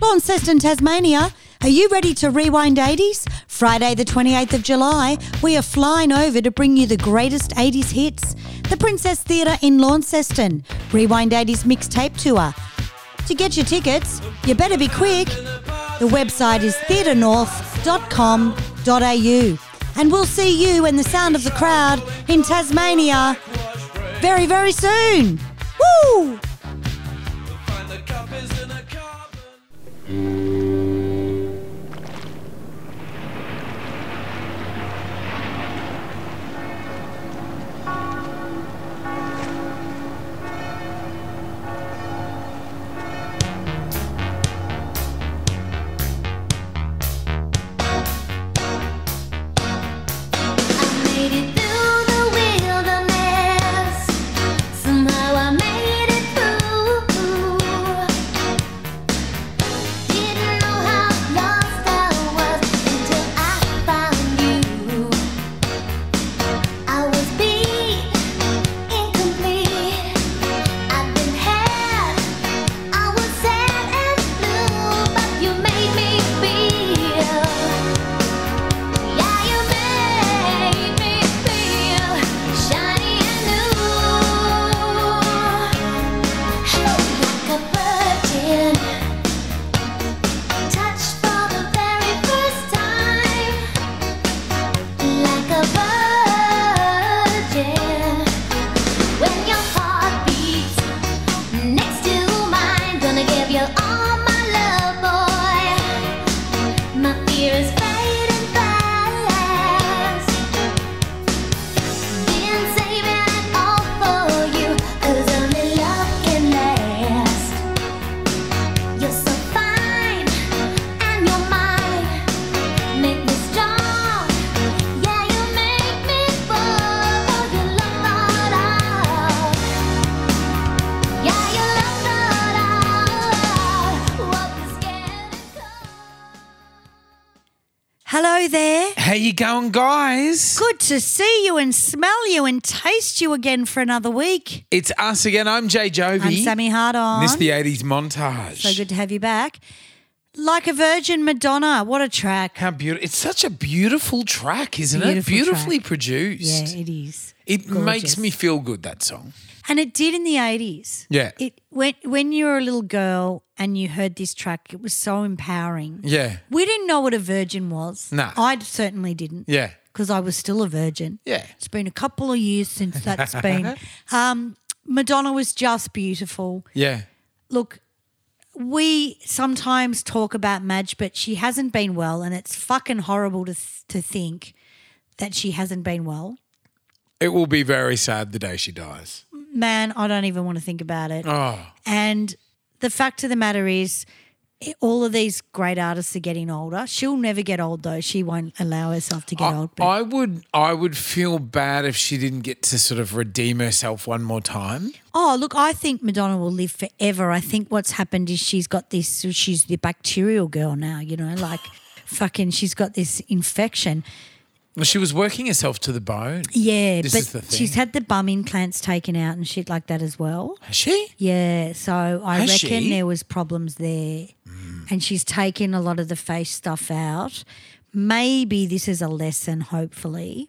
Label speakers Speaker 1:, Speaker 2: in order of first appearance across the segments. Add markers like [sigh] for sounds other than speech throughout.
Speaker 1: Launceston, Tasmania. Are you ready to rewind 80s? Friday, the 28th of July, we are flying over to bring you the greatest 80s hits. The Princess Theatre in Launceston, Rewind 80s mixtape tour. To get your tickets, you better be quick. The website is theatrenorth.com.au. And we'll see you and the sound of the crowd in Tasmania very, very soon. Woo!
Speaker 2: I made it through the wilderness. Somehow I made it through. Didn't know how lost I was until I found you. I was beat, incomplete. I've been had. I was sad and blue, but you made me feel. Yeah, you made me feel shiny and new, like a virgin. Touched for the very first time, like a virgin. When your heart beats next to mine, gonna give you all my love, boy. My fear is fading fast. Been saving it all for you, 'cause only love can last. You're so fine, and you're mine. Make me strong, yeah, you make me full. You love it all, yeah, you love it all. What is getting
Speaker 1: Hello there.
Speaker 3: How you going, guys?
Speaker 1: Good to see you and smell you and taste you again for another week.
Speaker 3: It's us again. I'm Jay Jovi.
Speaker 1: I'm Sammy Hardon.
Speaker 3: This is the 80s montage.
Speaker 1: So good to have you back. Like a Virgin Madonna. What a track.
Speaker 3: How beautiful. It's such a beautiful track, isn't it?
Speaker 1: Beautiful
Speaker 3: Beautifully
Speaker 1: track. Yeah,
Speaker 3: produced.
Speaker 1: it is.
Speaker 3: it makes
Speaker 1: Gorgeous.
Speaker 3: me feel good, that song.
Speaker 1: And it did in the 80s.
Speaker 3: Yeah.
Speaker 1: It when when you were a little girl and you heard this track, it was so empowering.
Speaker 3: Yeah.
Speaker 1: We didn't know what a virgin was.
Speaker 3: Nah.
Speaker 1: I certainly didn't.
Speaker 3: Yeah.
Speaker 1: Because I was still a virgin.
Speaker 3: Yeah.
Speaker 1: It's been a couple of years since that's
Speaker 3: [laughs]
Speaker 1: been. Um, Madonna was just beautiful.
Speaker 3: Yeah.
Speaker 1: Look, we sometimes talk about Madge, but she hasn't been well, and it's fucking horrible to th- to think that she hasn't been well.
Speaker 3: It will be very sad the day she dies.
Speaker 1: Man, I don't even want to think about it.
Speaker 3: Oh,
Speaker 1: And the fact of the matter is, i- all of these great artists are getting older. She'll never get old though. She won't allow herself to get
Speaker 3: Oh, I,
Speaker 1: old. But
Speaker 3: I would I would feel bad if she didn't get to sort of redeem herself one more time.
Speaker 1: oh, look, I think Madonna will live forever. I think what's happened is she's got this. She's the bacterial girl now. You know, like [laughs] fucking, she's got this infection.
Speaker 3: Well, she was working herself to the bone.
Speaker 1: Yeah,
Speaker 3: This
Speaker 1: but
Speaker 3: is the thing.
Speaker 1: she's had the bum implants taken out and shit like that as well.
Speaker 3: Has she?
Speaker 1: Yeah, so I
Speaker 3: Has
Speaker 1: reckon
Speaker 3: she? Hmm.
Speaker 1: there was problems there, and she's taken a lot of the face stuff out. Maybe this is a lesson, hopefully.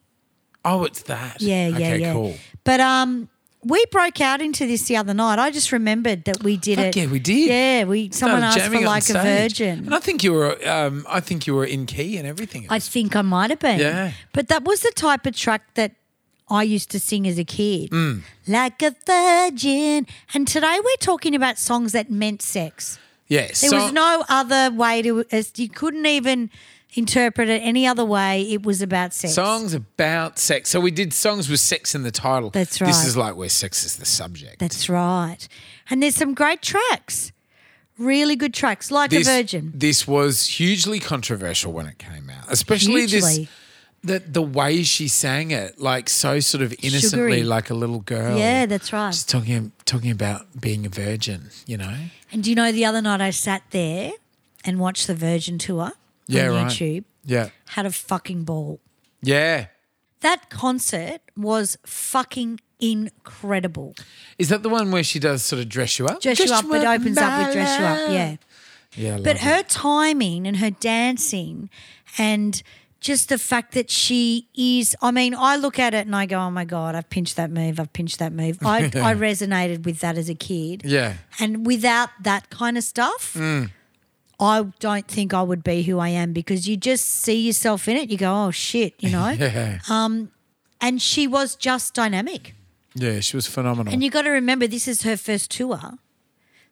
Speaker 3: Oh, it's that.
Speaker 1: Yeah, yeah,
Speaker 3: okay,
Speaker 1: yeah.
Speaker 3: Cool.
Speaker 1: But um, we broke out into this the other night. I just remembered that we did
Speaker 3: Fuck
Speaker 1: it.
Speaker 3: yeah, we did.
Speaker 1: Yeah, we someone
Speaker 3: Started
Speaker 1: asked
Speaker 3: jamming
Speaker 1: for
Speaker 3: on
Speaker 1: like a
Speaker 3: stage.
Speaker 1: virgin.
Speaker 3: And I think you were um, I think you were in key and everything.
Speaker 1: I think I might have been.
Speaker 3: Yeah.
Speaker 1: But that was the type of track that I used to sing as a kid.
Speaker 3: Mm.
Speaker 1: Like a virgin. And today we're talking about songs that meant sex.
Speaker 3: yes.
Speaker 1: There was no other way to, as you couldn't even interpret it any other way. It was about sex.
Speaker 3: Songs about sex. So we did songs with sex in the title.
Speaker 1: That's
Speaker 3: This
Speaker 1: right.
Speaker 3: is like where sex is the subject.
Speaker 1: That's right. And there's some great tracks. Really good tracks, like
Speaker 3: this,
Speaker 1: a virgin.
Speaker 3: This was hugely controversial when it came out, especially
Speaker 1: Hugely.
Speaker 3: this the the way she sang it, like so sort of innocently,
Speaker 1: Sugary.
Speaker 3: like a little girl.
Speaker 1: Yeah, that's right.
Speaker 3: She's talking talking about being a virgin, you know.
Speaker 1: And do you know the other night I sat there and watched the Virgin tour
Speaker 3: Yeah,
Speaker 1: on
Speaker 3: right.
Speaker 1: YouTube?
Speaker 3: Yeah,
Speaker 1: Had a fucking ball.
Speaker 3: yeah.
Speaker 1: That concert was fucking incredible.
Speaker 3: Is that the one where she does sort of dress you up?
Speaker 1: Dress you up, it opens up with dress you up.
Speaker 3: my
Speaker 1: Yeah.
Speaker 3: Yeah, I
Speaker 1: but
Speaker 3: love
Speaker 1: her timing and her dancing and just the fact that she is I mean, I look at it and I go, Oh my God, I've pinched that move, I've pinched that move. I I resonated with that as a kid.
Speaker 3: Yeah.
Speaker 1: And without that kind of stuff, I don't think I would be who I am because you just see yourself in it. You go, oh shit, you know?
Speaker 3: [laughs] Yeah.
Speaker 1: uh, And she was just dynamic.
Speaker 3: yeah, she was phenomenal.
Speaker 1: And you got to remember, this is her first tour.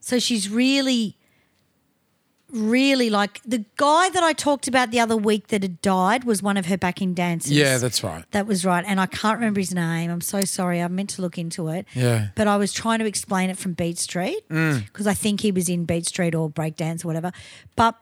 Speaker 1: So she's really, really like the guy that I talked about the other week that had died was one of her backing dancers.
Speaker 3: yeah, that's right.
Speaker 1: That was right. And I can't remember his name. I'm so sorry. I meant to look into it.
Speaker 3: Yeah. Mm.
Speaker 1: But I was trying to explain it from Beat Street because I think he was in Beat Street or breakdance or whatever. But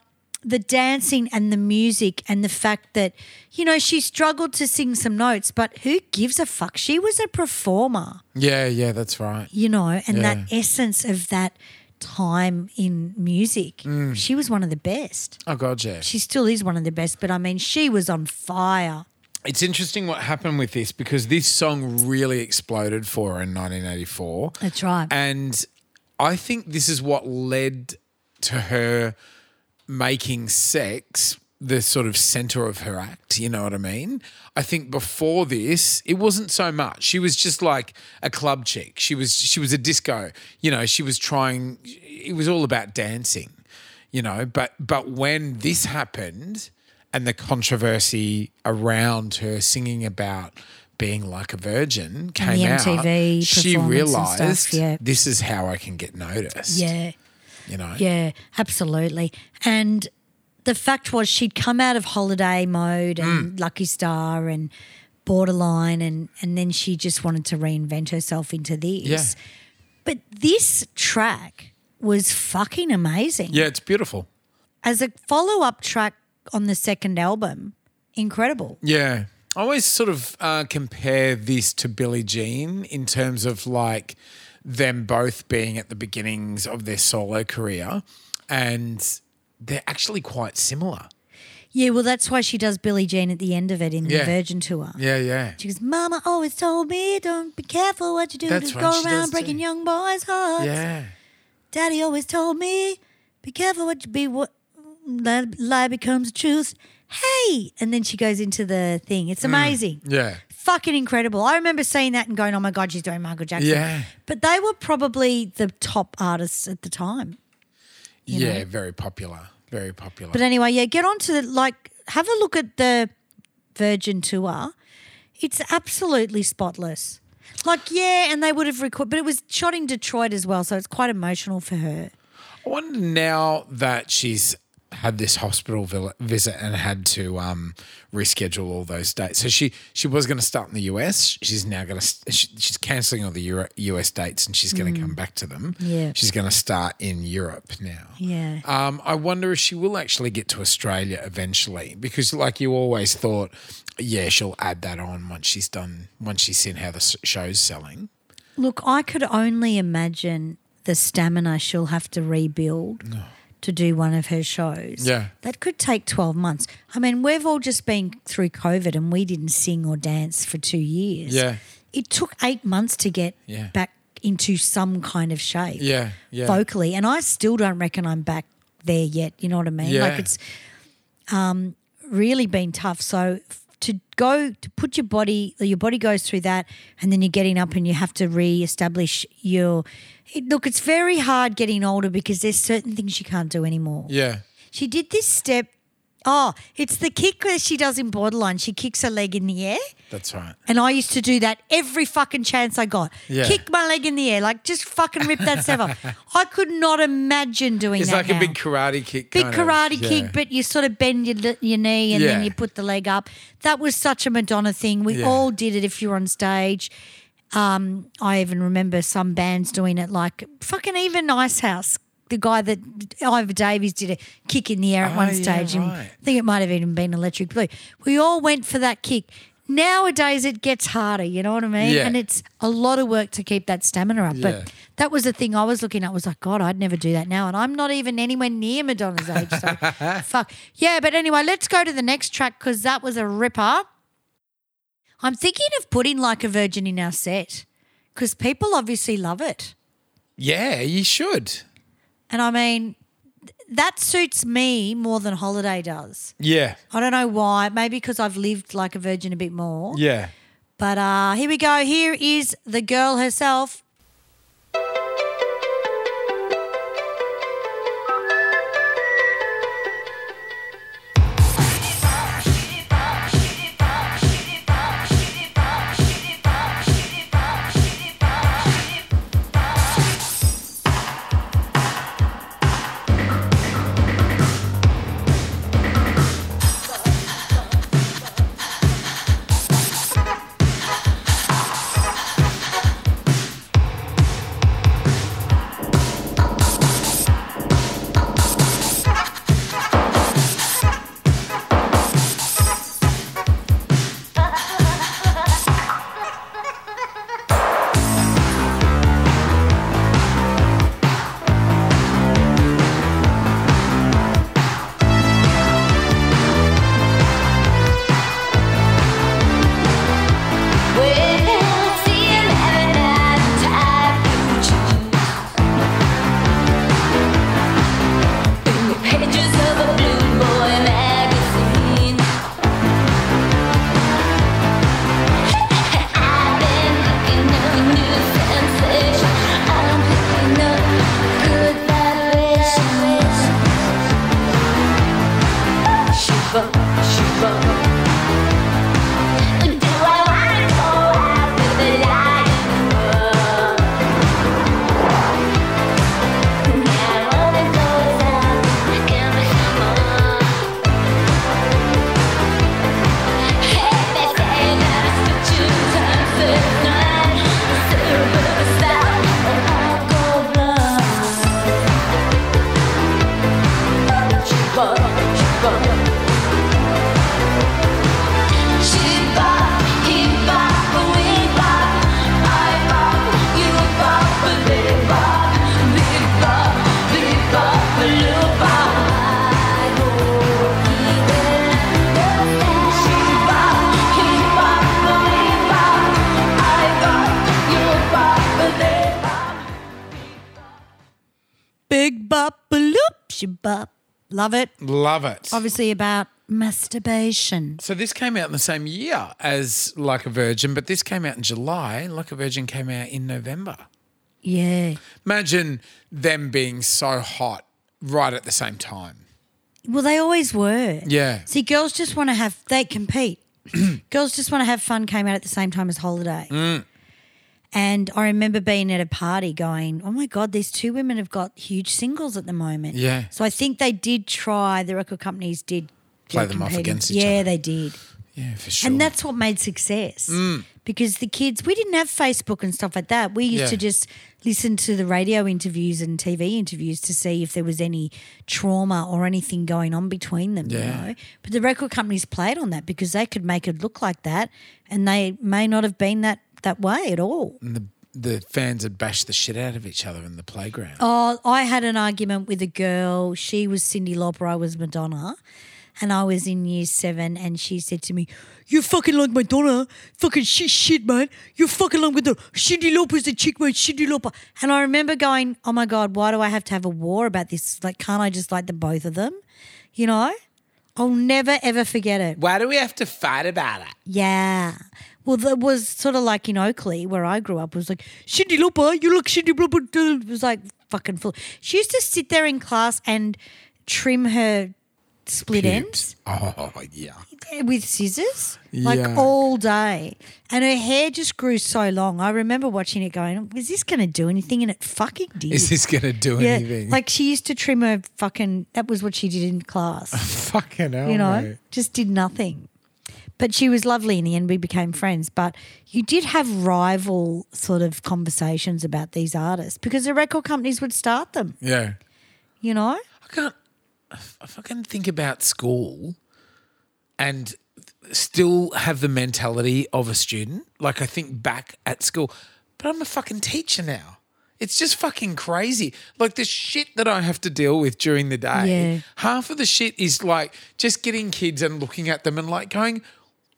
Speaker 1: the dancing and the music and the fact that, you know, she struggled to sing some notes, but who gives a fuck? She was a performer,
Speaker 3: Yeah, yeah, that's right.
Speaker 1: you know, and that
Speaker 3: Yeah.
Speaker 1: essence of that time in music.
Speaker 3: Mm.
Speaker 1: She was one of the best.
Speaker 3: Oh god, yeah.
Speaker 1: She still is one of the best, but I mean, she was on fire.
Speaker 3: It's interesting what happened with this because this song really exploded for her in 1984.
Speaker 1: That's right.
Speaker 3: And I think this is what led to her making sex the sort of center of her act. You know what I mean? I think before this, it wasn't so much. She was just like a club chick. She was she was a disco. You know, she was trying. It was all about dancing. You know, but but when this happened and the controversy around her singing about being like a virgin came
Speaker 1: the
Speaker 3: out,
Speaker 1: MTV
Speaker 3: she
Speaker 1: performance and stuff,
Speaker 3: realized
Speaker 1: yeah.
Speaker 3: this is how I can get noticed.
Speaker 1: yeah.
Speaker 3: You know?
Speaker 1: Yeah, absolutely. And the fact was, she'd come out of holiday mode and
Speaker 3: Mm.
Speaker 1: Lucky Star and Borderline, and and then she just wanted to reinvent herself into this.
Speaker 3: Yeah.
Speaker 1: But this track was fucking amazing.
Speaker 3: Yeah, it's beautiful.
Speaker 1: As a follow up track on the second album, incredible.
Speaker 3: Yeah. I always sort of uh, compare this to Billie Jean in terms of like them both being at the beginnings of their solo career and they're actually quite similar.
Speaker 1: Yeah, well, that's why she does Billie Jean at the end of it in
Speaker 3: Yeah.
Speaker 1: the Virgin Tour.
Speaker 3: Yeah, yeah.
Speaker 1: She goes, Mama always told me, don't be careful what you do,
Speaker 3: That's
Speaker 1: just
Speaker 3: right,
Speaker 1: go
Speaker 3: she does
Speaker 1: around breaking
Speaker 3: too.
Speaker 1: young boys' hearts.
Speaker 3: Yeah.
Speaker 1: Daddy always told me, be careful what you be, what lie, lie becomes truth. Hey! And then she goes into the thing.
Speaker 3: Mm.
Speaker 1: It's amazing.
Speaker 3: Yeah.
Speaker 1: Fucking incredible. I remember seeing that and going, oh my God, she's doing Michael Jackson.
Speaker 3: Yeah.
Speaker 1: But they were probably the top artists at the time.
Speaker 3: Yeah, very popular. Very popular.
Speaker 1: But anyway, yeah, get on to the, like, have a look at the Virgin Tour. It's absolutely spotless. Like, yeah, and they would have recorded, but it was shot in Detroit as well. So it's quite emotional for her.
Speaker 3: I wonder now that she's had this hospital vil- visit and had to um, reschedule all those dates. So she she was going to start in the US. She's now going to she, she's cancelling all the Euro- US dates and she's going to come back to them.
Speaker 1: Yeah.
Speaker 3: she's going to start in Europe now.
Speaker 1: Yeah.
Speaker 3: Um, I wonder if she will actually get to Australia eventually, because like you always thought, yeah, she'll add that on once she's done once she's seen how the s- show's selling.
Speaker 1: Look, I could only imagine the stamina she'll have to rebuild to do one of her shows.
Speaker 3: Yeah.
Speaker 1: That could take 12 months. I mean, we've all just been through COVID and we didn't sing or dance for two years.
Speaker 3: Yeah.
Speaker 1: It took eight months to get
Speaker 3: Yeah.
Speaker 1: back into some kind of shape
Speaker 3: Yeah, yeah,
Speaker 1: vocally. And I still don't reckon I'm back there yet. You know what I mean?
Speaker 3: Yeah.
Speaker 1: Like it's um, really been tough. So f- to go to put your body, your body goes through that, and then you're getting up and you have to reestablish your. It, look, it's very hard getting older because there's certain things you can't do anymore.
Speaker 3: yeah.
Speaker 1: She did this step. Oh, it's the kick that she does in Borderline. She kicks her leg in the air.
Speaker 3: That's right.
Speaker 1: And I used to do that every fucking chance I got.
Speaker 3: Yeah.
Speaker 1: Kick my leg in the air, like just fucking rip that stuff off.
Speaker 3: [laughs]
Speaker 1: I could not imagine doing
Speaker 3: It's
Speaker 1: that.
Speaker 3: like
Speaker 1: now.
Speaker 3: a big karate kick.
Speaker 1: Big
Speaker 3: kind of,
Speaker 1: karate
Speaker 3: yeah.
Speaker 1: kick, but you sort of bend your, li- your knee and then
Speaker 3: Yeah.
Speaker 1: you put the leg up. That was such a Madonna thing. We
Speaker 3: Yeah.
Speaker 1: all did it if you're on stage. Um, I even remember some bands doing it, like fucking even Ice House. The guy that Ivor Davies did a kick in the air at
Speaker 3: Oh,
Speaker 1: one
Speaker 3: yeah,
Speaker 1: stage. and
Speaker 3: right.
Speaker 1: I think it might have even been Electric Blue. We all went for that kick. Nowadays, it gets harder. You know what I mean?
Speaker 3: Yeah.
Speaker 1: And it's a lot of work to keep that stamina up.
Speaker 3: Yeah.
Speaker 1: But that was the thing I was looking at. I was like, God, I'd never do that now. And I'm not even anywhere near Madonna's age.
Speaker 3: [laughs]
Speaker 1: So fuck. Yeah, but anyway, let's go to the next track because that was a ripper. I'm thinking of putting Like a Virgin in our set because people obviously love it.
Speaker 3: Yeah, you should.
Speaker 1: And I mean, that suits me more than holiday does.
Speaker 3: Yeah.
Speaker 1: I don't know why. Maybe because I've lived like a virgin a bit more.
Speaker 3: Yeah.
Speaker 1: But uh, here we go. Here is the girl herself.
Speaker 2: Pages of a blue boy magazine. I've been looking for a new sensation. I'm picking up good vibrations. Shiver, shiver. Do I wanna go out with a dying world? Now all that goes out can be someone. Hey, they say that it's the truth and it's not. Superstar, I'll go blind. Shiver, shiver. She bop, he bop, we bop. I bop, you bop, they bop. Big bop, big bop, blue bop. I go either way. She bop, he bop, we bop. I bop, you bop, they bop.
Speaker 1: Big bop, bloop, shabop. Love it.
Speaker 3: Love it.
Speaker 1: Obviously about masturbation.
Speaker 3: So this came out in the same year as Like a Virgin, but this came out in July. Like a Virgin came out in November.
Speaker 1: Yeah.
Speaker 3: Imagine them being so hot right at the same time.
Speaker 1: Well, they always were.
Speaker 3: Yeah.
Speaker 1: See, girls just want to have, they
Speaker 3: [clears throat]
Speaker 1: compete. girls just want to have fun came out at the same time as holiday.
Speaker 3: Mm.
Speaker 1: And I remember being at a party going, oh my God, these two women have got huge singles at the moment.
Speaker 3: Yeah.
Speaker 1: So I think they did try, the record companies did do
Speaker 3: Play them off
Speaker 1: competing.
Speaker 3: against each
Speaker 1: yeah,
Speaker 3: other.
Speaker 1: they did.
Speaker 3: Yeah, for sure. Mm.
Speaker 1: And that's what made success. Because the kids, we didn't have Facebook and stuff like that. We used
Speaker 3: Yeah.
Speaker 1: to just listen to the radio interviews and TV interviews to see if there was any trauma or anything going on between them,
Speaker 3: Yeah.
Speaker 1: you know. But the record companies played on that because they could make it look like that and they may not have been that that way at all.
Speaker 3: and the, the fans had bashed the shit out of each other in the playground.
Speaker 1: Oh, I had an argument with a girl. She was Cindy Lauper, I was Madonna. And I was in year seven, and she said to me, You fucking like Madonna. Fucking shit, shit, man. You fucking like Madonna. Cindy Lauper's the chick, man. Cindy Lauper. And I remember going, Oh my God, why do I have to have a war about this? Like, can't I just like the both of them? You know? I'll never, ever forget it.
Speaker 3: Why do we have to fight about it?
Speaker 1: Yeah. Well, that was sort of like in Oakley, where I grew up, was like, Shindy Looper, you look Shindy Looper. It was like fucking full. She used to sit there in class and trim her split ends
Speaker 3: Oh, yeah.
Speaker 1: with scissors, like
Speaker 3: Yeah.
Speaker 1: all day. And her hair just grew so long. I remember watching it going, is this going to do anything? And it fucking did.
Speaker 3: Is this going to do
Speaker 1: yeah,
Speaker 3: anything?
Speaker 1: like she used to trim her fucking, that was what she did in class
Speaker 3: [laughs] fucking hell.
Speaker 1: you know,
Speaker 3: mate.
Speaker 1: just did nothing. But she was lovely in the end. We became friends. But you did have rival sort of conversations about these artists because the record companies would start them,
Speaker 3: Yeah.
Speaker 1: you know?
Speaker 3: I can't. I fucking think about school and still have the mentality of a student. Like I think back at school, but I'm a fucking teacher now. It's just fucking crazy. Like the shit that I have to deal with during the day.
Speaker 1: Yeah.
Speaker 3: Half of the shit is like just getting kids and looking at them and like going,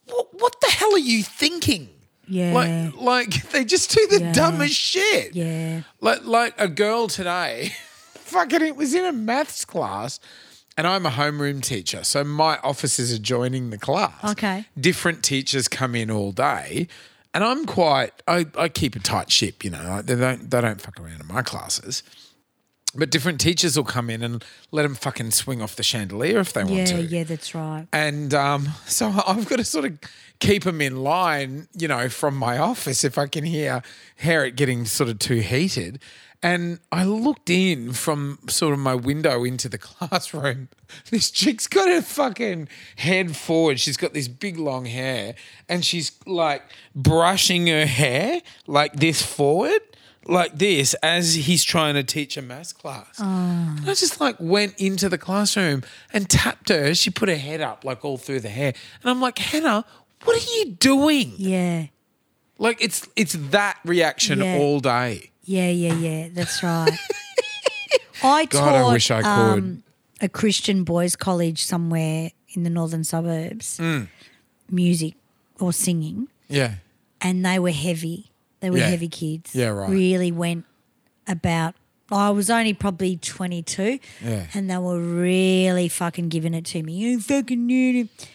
Speaker 3: "What, what the hell are you thinking?"
Speaker 1: Yeah.
Speaker 3: Like, [laughs] like they just do the
Speaker 1: Yeah.
Speaker 3: dumbest shit.
Speaker 1: Yeah.
Speaker 3: Like, like a girl today [laughs] fucking, it was in a maths class. And I'm a homeroom teacher. So my offices are joining the class.
Speaker 1: Okay.
Speaker 3: Different teachers come in all day. And I'm quite, I, I keep a tight ship, you know, like they don't, they don't fuck around in my classes. But different teachers will come in and let them fucking swing off the chandelier if they
Speaker 1: Yeah,
Speaker 3: want to.
Speaker 1: yeah, that's right.
Speaker 3: And um, so [laughs] I've got to sort of keep them in line, you know, from my office if I can hear hear it getting sort of too heated. And I looked in from sort of my window into the [laughs] classroom. This chick's got her fucking head forward. She's got this big long hair and she's like brushing her hair like this forward, like this, as he's trying to teach a maths class. And I just like went into the classroom and tapped her. She put her head up like all through the hair. And I'm like, Hannah, what are you doing?
Speaker 1: Yeah,
Speaker 3: Like it's it's that reaction
Speaker 1: Yeah.
Speaker 3: all day.
Speaker 1: yeah, yeah, yeah,
Speaker 3: [laughs]
Speaker 1: that's right. I
Speaker 3: God,
Speaker 1: taught
Speaker 3: I wish I could.
Speaker 1: um, a Christian boys' college somewhere in the northern suburbs
Speaker 3: Mm.
Speaker 1: music or singing,
Speaker 3: yeah.
Speaker 1: and they were heavy. They were
Speaker 3: Yeah.
Speaker 1: heavy kids.
Speaker 3: Yeah, right.
Speaker 1: Really went about. I was only probably 22,
Speaker 3: Yeah.
Speaker 1: and they were really fucking giving it to me. You fucking knew it.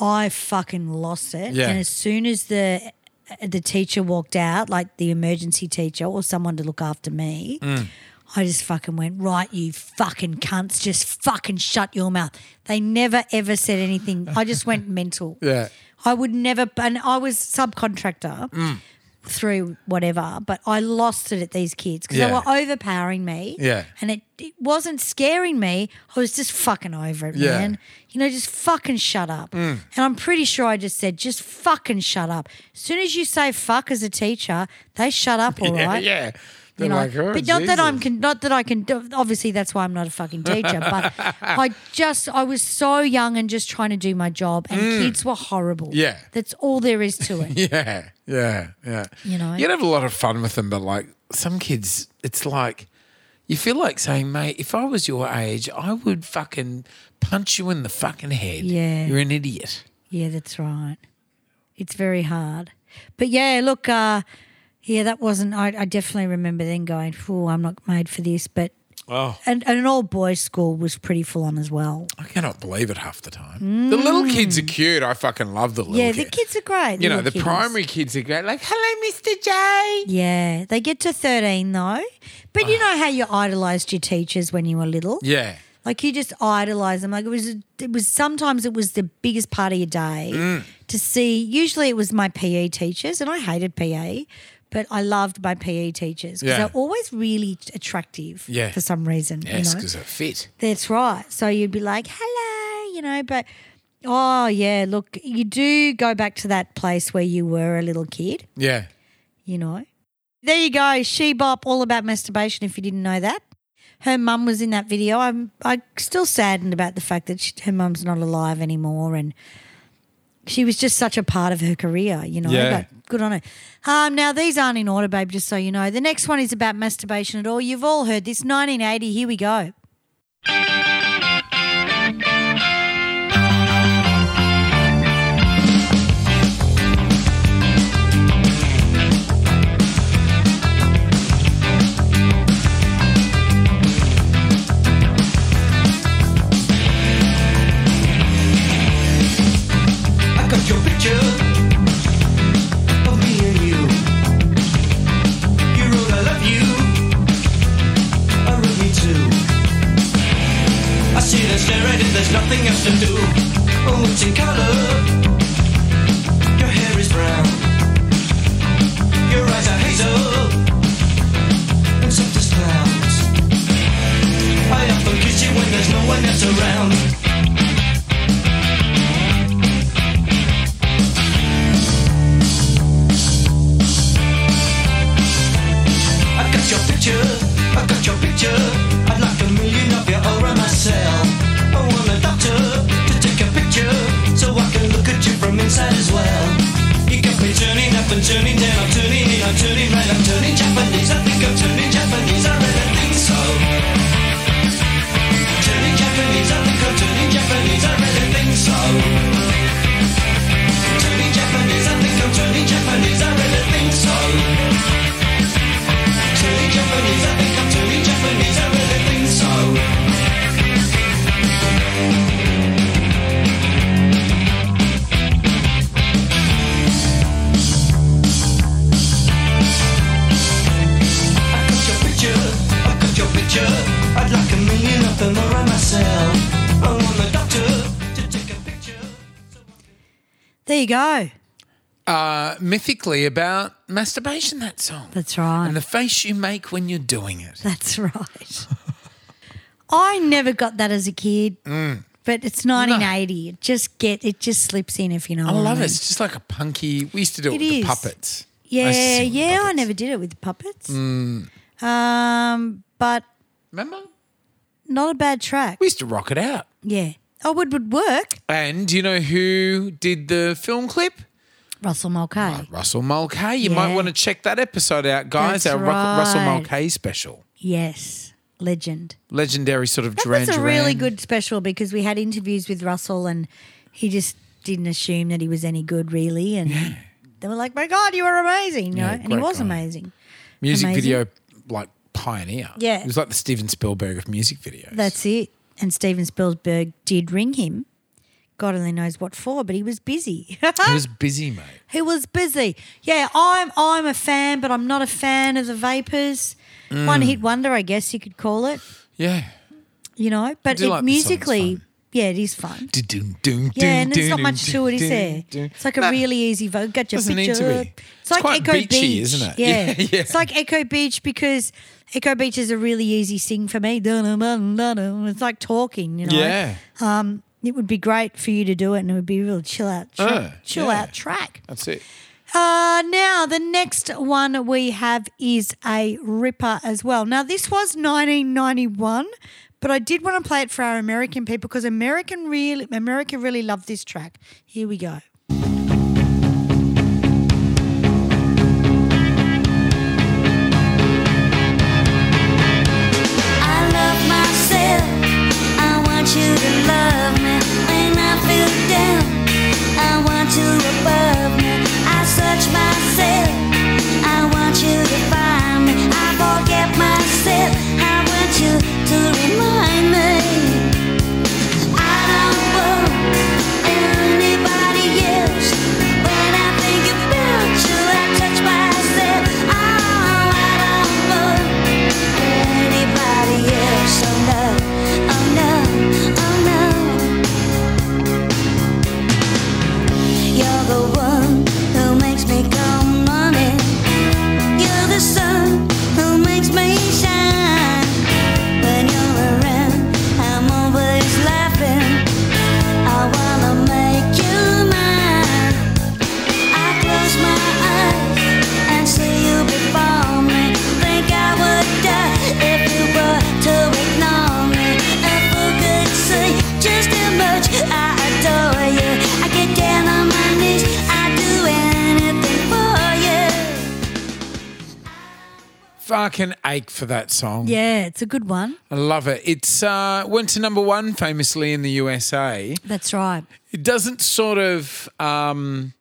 Speaker 1: I fucking lost it.
Speaker 3: Mm. Yeah.
Speaker 1: And as soon as the uh, the teacher walked out, like the emergency teacher or someone to look after me,
Speaker 3: Mm.
Speaker 1: I just fucking went, right, you fucking cunts, just fucking shut your mouth. They never ever said anything. I just went mental.
Speaker 3: [laughs] Yeah.
Speaker 1: I would never, and I was subcontractor
Speaker 3: Mm.
Speaker 1: through whatever, but I lost it at these kids because
Speaker 3: Yeah.
Speaker 1: they were overpowering me.
Speaker 3: Yeah.
Speaker 1: And it, it wasn't scaring me. I was just fucking over it,
Speaker 3: Yeah. Mm.
Speaker 1: man. You know, just fucking shut up. And I'm pretty sure I just said, just fucking shut up. As soon as you say fuck as a teacher, they shut up, all right.
Speaker 3: [laughs] Yeah. Yeah. They're
Speaker 1: You know,
Speaker 3: like, "Oh,
Speaker 1: but not that I'm
Speaker 3: Jesus." [laughs]
Speaker 1: con- not that I can. do- Obviously, that's why I'm not a fucking teacher. but I just I was so young and just trying to do my job, and kids were horrible.
Speaker 3: Mm. Yeah.
Speaker 1: that's all there is to
Speaker 3: [laughs]
Speaker 1: it.
Speaker 3: Yeah, yeah, yeah.
Speaker 1: You know?
Speaker 3: you'd have a lot of fun with them, but like some kids, it's like you feel like saying, "Mate, if I was your age, I would fucking punch you in the fucking head."
Speaker 1: Yeah.
Speaker 3: you're an idiot.
Speaker 1: yeah, that's right. It's very hard, but yeah, look, uh, yeah, that wasn't. I, I definitely remember then going, "Oh, I'm not made for this." But
Speaker 3: Oh,
Speaker 1: and, and an all boys school was pretty full on as well.
Speaker 3: I cannot believe it half the time. The little kids are cute. I fucking love the little.
Speaker 1: Mm. yeah, the
Speaker 3: kids.
Speaker 1: kids are great.
Speaker 3: You know,
Speaker 1: little
Speaker 3: the
Speaker 1: kids.
Speaker 3: primary kids are great. Like, hello, Mr. J.
Speaker 1: Yeah, they get to 13 though. But
Speaker 3: Ah.
Speaker 1: you know how you idolized your teachers when you were little?
Speaker 3: Yeah,
Speaker 1: Like you just idolise them. Like it was, it was sometimes it was the biggest part of your day
Speaker 3: Mm.
Speaker 1: to see. Usually it was my PE teachers, and I hated PE, but I loved my PE teachers because
Speaker 3: Yeah.
Speaker 1: they're always really attractive.
Speaker 3: Yeah.
Speaker 1: for some reason.
Speaker 3: yes,
Speaker 1: you know?
Speaker 3: because it fit.
Speaker 1: That's right. So you'd be like, hello, you know, but oh yeah, look, you do go back to that place where you were a little kid
Speaker 3: Yeah,
Speaker 1: you know. There you go, She Bop, all about masturbation if you didn't know that. Her mum was in that video. I'm, I'm still saddened about the fact that she, her mum's not alive anymore and she was just such a part of her career, you know.
Speaker 3: Yeah.
Speaker 1: But good on her. Um, now, these aren't in order, babe, just so you know. The next one is about masturbation at all. You've all heard this. 1980, here we go.
Speaker 4: I got your picture of me and you. You wrote I love you. I wrote me too. I see the staring and there's nothing else to do. Oh, it's in color. Your hair is brown. Your eyes are hazel. And soft as clouds. I often kiss you when there's no one else around. I got your picture, I got your picture. I'd like a million of your aura myself. I want a doctor to take a picture so I can look at you from inside as well. You got me turning up and turning down, I'm turning in, I'm turning
Speaker 1: There you go.
Speaker 3: uh, mythically about masturbation, that song.
Speaker 1: That's right.
Speaker 3: And the face you make when you're doing it.
Speaker 1: That's right. I never got that as a
Speaker 3: [laughs]
Speaker 1: kid,
Speaker 3: Mm.
Speaker 1: but it's 1980. It just get it just slips in if you know.
Speaker 3: I
Speaker 1: what
Speaker 3: love
Speaker 1: mean.
Speaker 3: it. It's just like a punky. We used to do
Speaker 1: It
Speaker 3: it, with
Speaker 1: is.
Speaker 3: the puppets. I
Speaker 1: Yeah,
Speaker 3: used to sing with
Speaker 1: yeah. I
Speaker 3: puppets. Mm.
Speaker 1: never did it with puppets. Um, but
Speaker 3: Remember?
Speaker 1: not a bad track.
Speaker 3: We used to rock it out.
Speaker 1: yeah. Oh, would would work.
Speaker 3: And do you know who did the film clip?
Speaker 1: Russell Mulcahy.
Speaker 3: Russell Mulcahy. You might
Speaker 1: Yeah.
Speaker 3: want to check that episode out, guys.
Speaker 1: That's
Speaker 3: Our Ru- Russell
Speaker 1: right.
Speaker 3: Mulcahy special.
Speaker 1: Yes, legend.
Speaker 3: Legendary sort of
Speaker 1: That
Speaker 3: Duran
Speaker 1: was a
Speaker 3: Duran.
Speaker 1: really good special because we had interviews with Russell and he just didn't assume that he was any good really, and they were like, "My God, you are amazing!" You
Speaker 3: Yeah,
Speaker 1: know? and he
Speaker 3: great
Speaker 1: was
Speaker 3: guy.
Speaker 1: amazing.
Speaker 3: music
Speaker 1: amazing.
Speaker 3: video, like pioneer.
Speaker 1: Yeah.
Speaker 3: It was like the Steven Spielberg of music videos.
Speaker 1: That's it. And Steven Spielberg did ring him. God only knows what for, but he was busy. [laughs]
Speaker 3: He was busy, mate.
Speaker 1: he was busy. Yeah, I'm I'm a fan, but I'm not a fan of the vapors. One
Speaker 3: Mm.
Speaker 1: hit wonder, I guess you could call it.
Speaker 3: Yeah.
Speaker 1: You know, but
Speaker 3: do
Speaker 1: it
Speaker 3: like the song, it's
Speaker 1: musically,
Speaker 3: fun.
Speaker 1: yeah, it is fun.
Speaker 3: Dun, dun,
Speaker 1: Yeah, and
Speaker 3: dun,
Speaker 1: there's not
Speaker 3: dun,
Speaker 1: much to it, is
Speaker 3: dun,
Speaker 1: there?
Speaker 3: dun.
Speaker 1: It's like a
Speaker 3: No.
Speaker 1: really easy vote. Got your
Speaker 3: Doesn't need
Speaker 1: picture.
Speaker 3: to be.
Speaker 1: up.
Speaker 3: It's
Speaker 1: It's like
Speaker 3: quite
Speaker 1: Echo
Speaker 3: beachy,
Speaker 1: Beach,
Speaker 3: isn't it?
Speaker 1: Yeah.
Speaker 3: [laughs] Yeah, yeah.
Speaker 1: it's like Echo Beach because Echo Beach is a really easy sing for me. It's like talking, you know.
Speaker 3: Yeah.
Speaker 1: It would be great for you to do it, and it would be a real chill out, tra-
Speaker 3: Oh,
Speaker 1: chill
Speaker 3: yeah.
Speaker 1: out track.
Speaker 3: That's it.
Speaker 1: Uh, now the next one we have is a ripper as well. Now this was 1991, but I did want to play it for our American people because American really America really loved this track. Here we go.
Speaker 2: I love myself. I want you to love me when I feel down. I want you above me. I search myself. I want you to find me. I forget myself. I want you to remind me. I don't want anybody else. When I think about you, I touch myself. Oh, I don't want anybody else. Oh no, oh no, oh no. You're the one who makes me come running. You're the sun who makes me shine. When you're around, I'm always laughing. I wanna make you mine. I close my eyes and see you before me. Think I would die if you were to ignore me. If we could see just how much I adore you, I get down on my knees. I'd do anything for you.
Speaker 3: Fucking ache for that song.
Speaker 1: Yeah, it's a good one.
Speaker 3: I love it. It's uh, went to number one famously in the USA.
Speaker 1: That's right.
Speaker 3: It doesn't sort of um,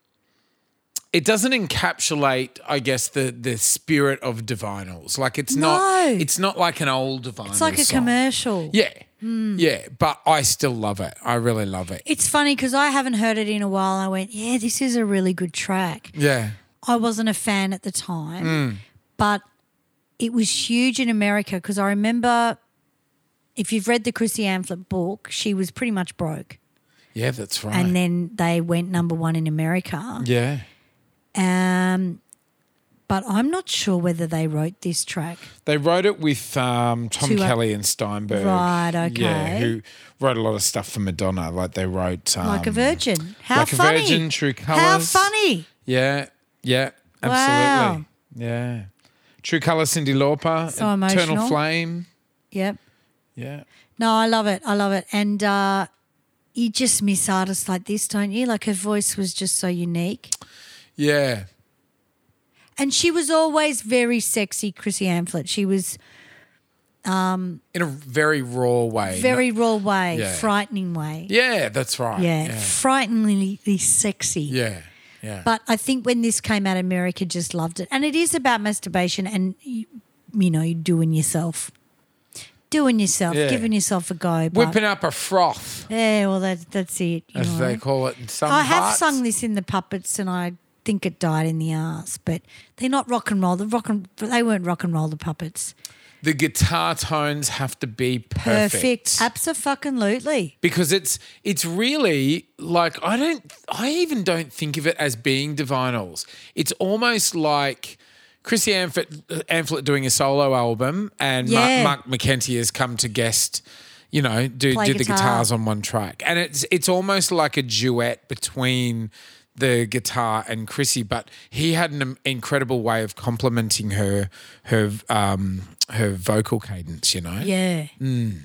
Speaker 3: it doesn't encapsulate, I guess, the the spirit of divinyls. Like it's not
Speaker 1: No.
Speaker 3: it's not like an old divinyl.
Speaker 1: It's like a
Speaker 3: song.
Speaker 1: commercial.
Speaker 3: Yeah.
Speaker 1: Hmm.
Speaker 3: Yeah. But I still love it. I really love it.
Speaker 1: It's funny because I haven't heard it in a while. I went, yeah, this is a really good track.
Speaker 3: Yeah.
Speaker 1: I wasn't a fan at the time,
Speaker 3: Hmm.
Speaker 1: but it was huge in America because I remember if you've read the Chrissy Amphlett book, she was pretty much broke.
Speaker 3: Yeah, that's right.
Speaker 1: And then they went number one in America.
Speaker 3: yeah.
Speaker 1: Um, but I'm not sure whether they wrote this track.
Speaker 3: They wrote it with um, Tom
Speaker 1: Two o-
Speaker 3: Kelly and Steinberg.
Speaker 1: Right,
Speaker 3: Yeah,
Speaker 1: okay.
Speaker 3: who wrote a lot of stuff for Madonna. Like they wrote. Um,
Speaker 1: Like a Virgin. How
Speaker 3: Like a
Speaker 1: funny.
Speaker 3: Virgin, True
Speaker 1: How
Speaker 3: Colours.
Speaker 1: funny.
Speaker 3: Yeah, yeah, absolutely.
Speaker 1: Wow.
Speaker 3: Yeah. True Colour, Cindy Lauper.
Speaker 1: So
Speaker 3: Eternal
Speaker 1: emotional.
Speaker 3: Flame.
Speaker 1: Yep.
Speaker 3: Yeah.
Speaker 1: No, I love it. I love it. And uh, you just miss artists like this, don't you? Like her voice was just so unique.
Speaker 3: Yeah.
Speaker 1: And she was always very sexy, Chrissy Amphlett. She was
Speaker 3: In a very raw way.
Speaker 1: very raw way,
Speaker 3: Yeah.
Speaker 1: frightening way.
Speaker 3: yeah, that's right.
Speaker 1: Yeah,
Speaker 3: Yeah.
Speaker 1: frighteningly sexy.
Speaker 3: Yeah. yeah.
Speaker 1: But I think when this came out, America just loved it. And it is about masturbation and, you, you know, doing yourself. Doing yourself,
Speaker 3: Yeah.
Speaker 1: giving yourself a go. But,
Speaker 3: Whipping up a froth,
Speaker 1: yeah, well, that, that's it. you
Speaker 3: as
Speaker 1: know.
Speaker 3: they call it in some
Speaker 1: I have
Speaker 3: parts.
Speaker 1: sung this in the puppets, and I think it died in the arse. But they're not rock and roll. The rock and they weren't rock and roll. The puppets.
Speaker 3: the guitar tones have to be
Speaker 1: Perfect. Absolutely.
Speaker 3: because it's it's really like I don't I even don't think of it as being divinals. It's almost like Chrissy Amphlett, Amphlett doing a solo album, and
Speaker 1: Yeah.
Speaker 3: Mark, Mark McKenty has come to guest. You know, do
Speaker 1: Play
Speaker 3: did the
Speaker 1: guitar.
Speaker 3: guitars on one track, and it's it's almost like a duet between the guitar and Chrissy. But he had an incredible way of complimenting her her um her vocal cadence. You know,
Speaker 1: Yeah.
Speaker 3: Mm.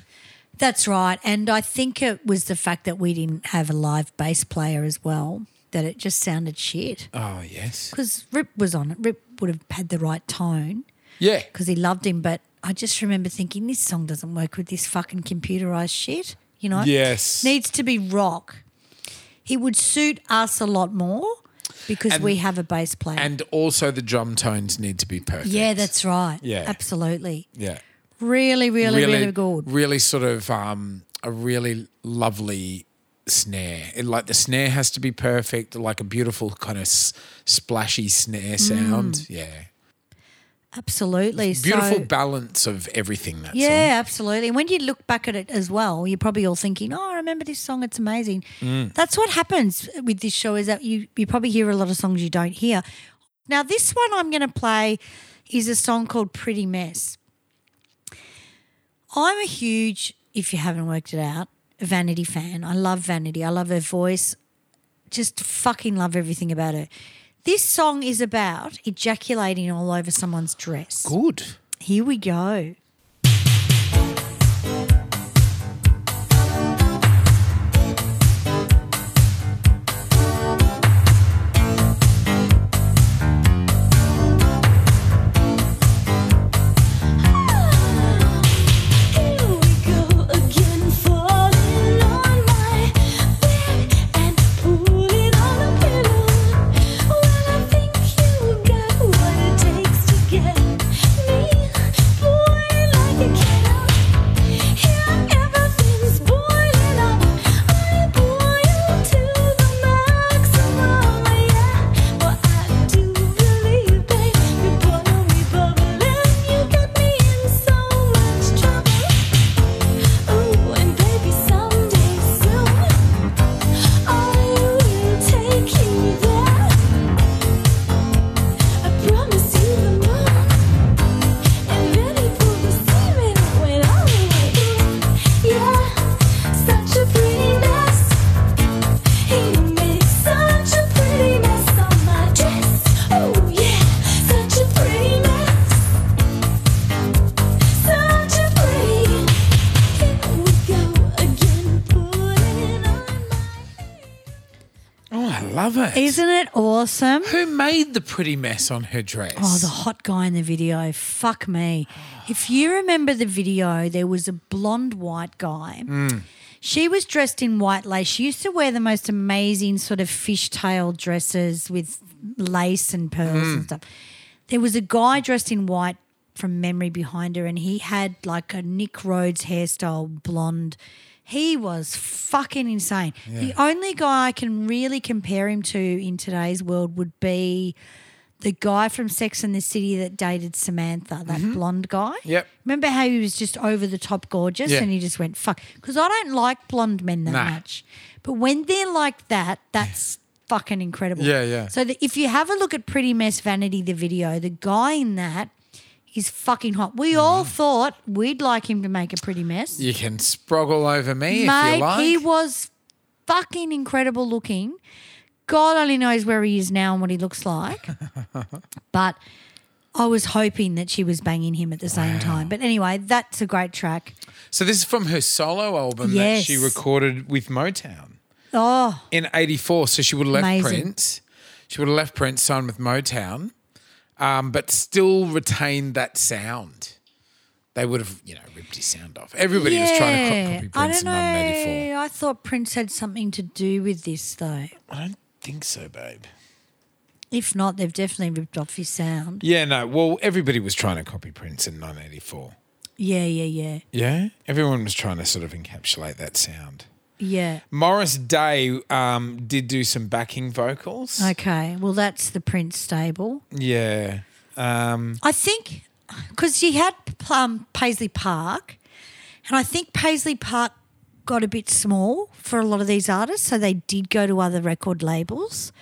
Speaker 1: That's right. And I think it was the fact that we didn't have a live bass player as well that it just sounded shit.
Speaker 3: oh yes,
Speaker 1: Because Rip was on it. Rip would have had the right tone
Speaker 3: yeah.
Speaker 1: because he loved him. But I just remember thinking, this song doesn't work with this fucking computerized shit. You know?
Speaker 3: Yes.
Speaker 1: Needs to be rock. He would suit us a lot more because
Speaker 3: And-
Speaker 1: we have a bass player.
Speaker 3: And also the drum tones need to be perfect.
Speaker 1: yeah, that's right.
Speaker 3: Yeah.
Speaker 1: Absolutely.
Speaker 3: yeah.
Speaker 1: Really, really, really, good.
Speaker 3: Really sort of um, a really lovely snare. It, like the snare has to be perfect, like a beautiful kind of s- splashy snare
Speaker 1: Mm.
Speaker 3: sound. Yeah.
Speaker 1: Absolutely.
Speaker 3: Beautiful
Speaker 1: So-
Speaker 3: balance of everything that
Speaker 1: Yeah,
Speaker 3: song.
Speaker 1: absolutely. And when you look back at it as well, you're probably all thinking, "Oh, I remember this song. It's amazing." That's what happens with this show is that you you probably hear a lot of songs you don't hear. Now, this one I'm going to play is a song called "Pretty Mess." I'm a huge, if you haven't worked it out, Vanity fan. I love Vanity. I love her voice. Just fucking love everything about her. This song is about ejaculating all over someone's dress.
Speaker 3: Good.
Speaker 1: Here we go.
Speaker 2: Here we go again, falling on my bed and pulling on a pillow. Well, I think you got what it takes to get me boiling like a kettle. Here everything's boiling up. I boil to the maximum, yeah. But I do believe, babe, you boil me bubbling. You got me in so much trouble. Oh, and baby, someday soon, I will take you there. I promise you the moon. And ready for the semen when I'm awake. Yeah, such a pretty mess. He made such a pretty mess on my dress. Oh yeah, such a pretty mess. Such a pretty. Here we go again, pulling on my.
Speaker 3: Oh, I love it.
Speaker 1: Isn't it awesome?
Speaker 3: Who made the pretty mess on her dress?
Speaker 1: Oh, the hot guy in the video. Fuck me. If you remember the video, there was a blonde white guy. She was dressed in white lace. She used to wear the most amazing sort of fishtail dresses with lace and pearls and stuff. There was a guy dressed in white from memory behind her, and he had like a Nick Rhodes hairstyle, blonde. He was fucking insane. The only guy I can really compare him to in today's world would be the guy from Sex and the City that dated Samantha, that blonde guy.
Speaker 3: Yep.
Speaker 1: Remember how he was just over the top gorgeous
Speaker 3: Yeah.
Speaker 1: and he just went, fuck. Because I don't like blonde men that
Speaker 3: Nah.
Speaker 1: much. But when they're like that, that's fucking incredible.
Speaker 3: Yeah, yeah.
Speaker 1: So the, if you have a look at Pretty Mess Vanity, the video, the guy in that is fucking hot. We
Speaker 3: Mm.
Speaker 1: all thought we'd like him to make a pretty mess.
Speaker 3: you can sproggle over me if
Speaker 1: Mate,
Speaker 3: you like.
Speaker 1: he was fucking incredible looking. God only knows where he is now and what he looks
Speaker 3: [laughs]
Speaker 1: like. but I was hoping that she was banging him at the same time. But anyway, that's a great track.
Speaker 3: so this is from her solo album that she
Speaker 1: Yes.
Speaker 3: recorded with Motown.
Speaker 1: Oh,
Speaker 3: in '84, so she would have left
Speaker 1: Amazing.
Speaker 3: Prince. She would have left Prince, signed with Motown, um, but still retained that sound. They would have, you know, ripped his sound off. Everybody was trying to co-
Speaker 1: yeah.
Speaker 3: copy
Speaker 1: I
Speaker 3: Prince
Speaker 1: don't
Speaker 3: in 1984.
Speaker 1: know. I thought Prince had something to do with this, though.
Speaker 3: I don't think so, babe.
Speaker 1: If not, they've definitely ripped off his sound.
Speaker 3: Yeah, no. Well, everybody was trying to copy Prince in 1984.
Speaker 1: Yeah, yeah, yeah.
Speaker 3: Yeah, everyone was trying to sort of encapsulate that sound.
Speaker 1: Yeah.
Speaker 3: Morris Day um, did do some backing vocals.
Speaker 1: Okay. Well, that's the Prince stable.
Speaker 3: Yeah. Um,
Speaker 1: I think because she had um, Paisley Park, and I think Paisley Park got a bit small for a lot of these artists, so they did go to other record labels.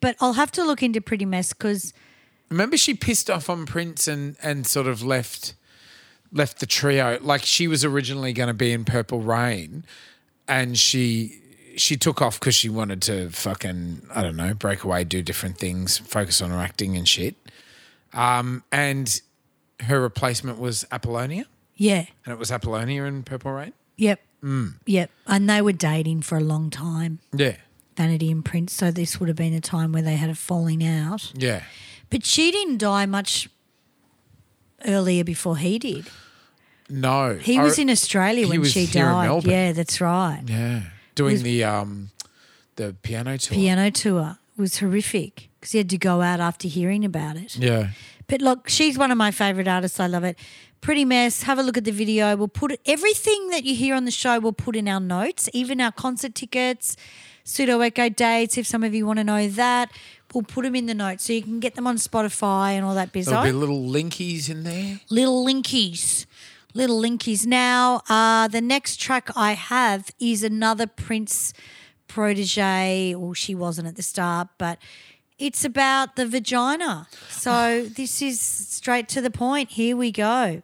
Speaker 1: But I'll have to look into Pretty Mess because
Speaker 3: Remember, she pissed off on Prince and and sort of left left the trio. Like she was originally going to be in Purple Rain, and she she took off because she wanted to fucking I don't know break away, do different things, focus on her acting and shit. Um, and her replacement was Apollonia,
Speaker 1: yeah,
Speaker 3: and it was Apollonia in Purple Rain.
Speaker 1: yep, mm. yep, and they were dating for a long time,
Speaker 3: Yeah,
Speaker 1: Vanity and Prince. So this would have been a time where they had a falling out.
Speaker 3: yeah.
Speaker 1: But she didn't die much earlier before he did.
Speaker 3: No,
Speaker 1: He
Speaker 3: I-
Speaker 1: was in Australia
Speaker 3: he
Speaker 1: when
Speaker 3: was
Speaker 1: she
Speaker 3: here in
Speaker 1: died.
Speaker 3: Melbourne.
Speaker 1: yeah, that's right.
Speaker 3: Yeah, doing the um the piano tour.
Speaker 1: Piano tour was horrific because he had to go out after hearing about it.
Speaker 3: Yeah.
Speaker 1: But look, she's one of my favourite artists. I love it. Pretty mess. Have a look at the video. We'll put it- everything that you hear on the show. We'll put in our notes, even our concert tickets, pseudo echo dates. If some of you want to know that, we'll put them in the notes so you can get them on Spotify and all that
Speaker 3: There'll be
Speaker 1: bizarre
Speaker 3: little linkies in there.
Speaker 1: little linkies, little linkies. Now, uh, the next track I have is another Prince protege. Well, she wasn't at the start, but it's about the vagina. So this is straight to the point. Here we go.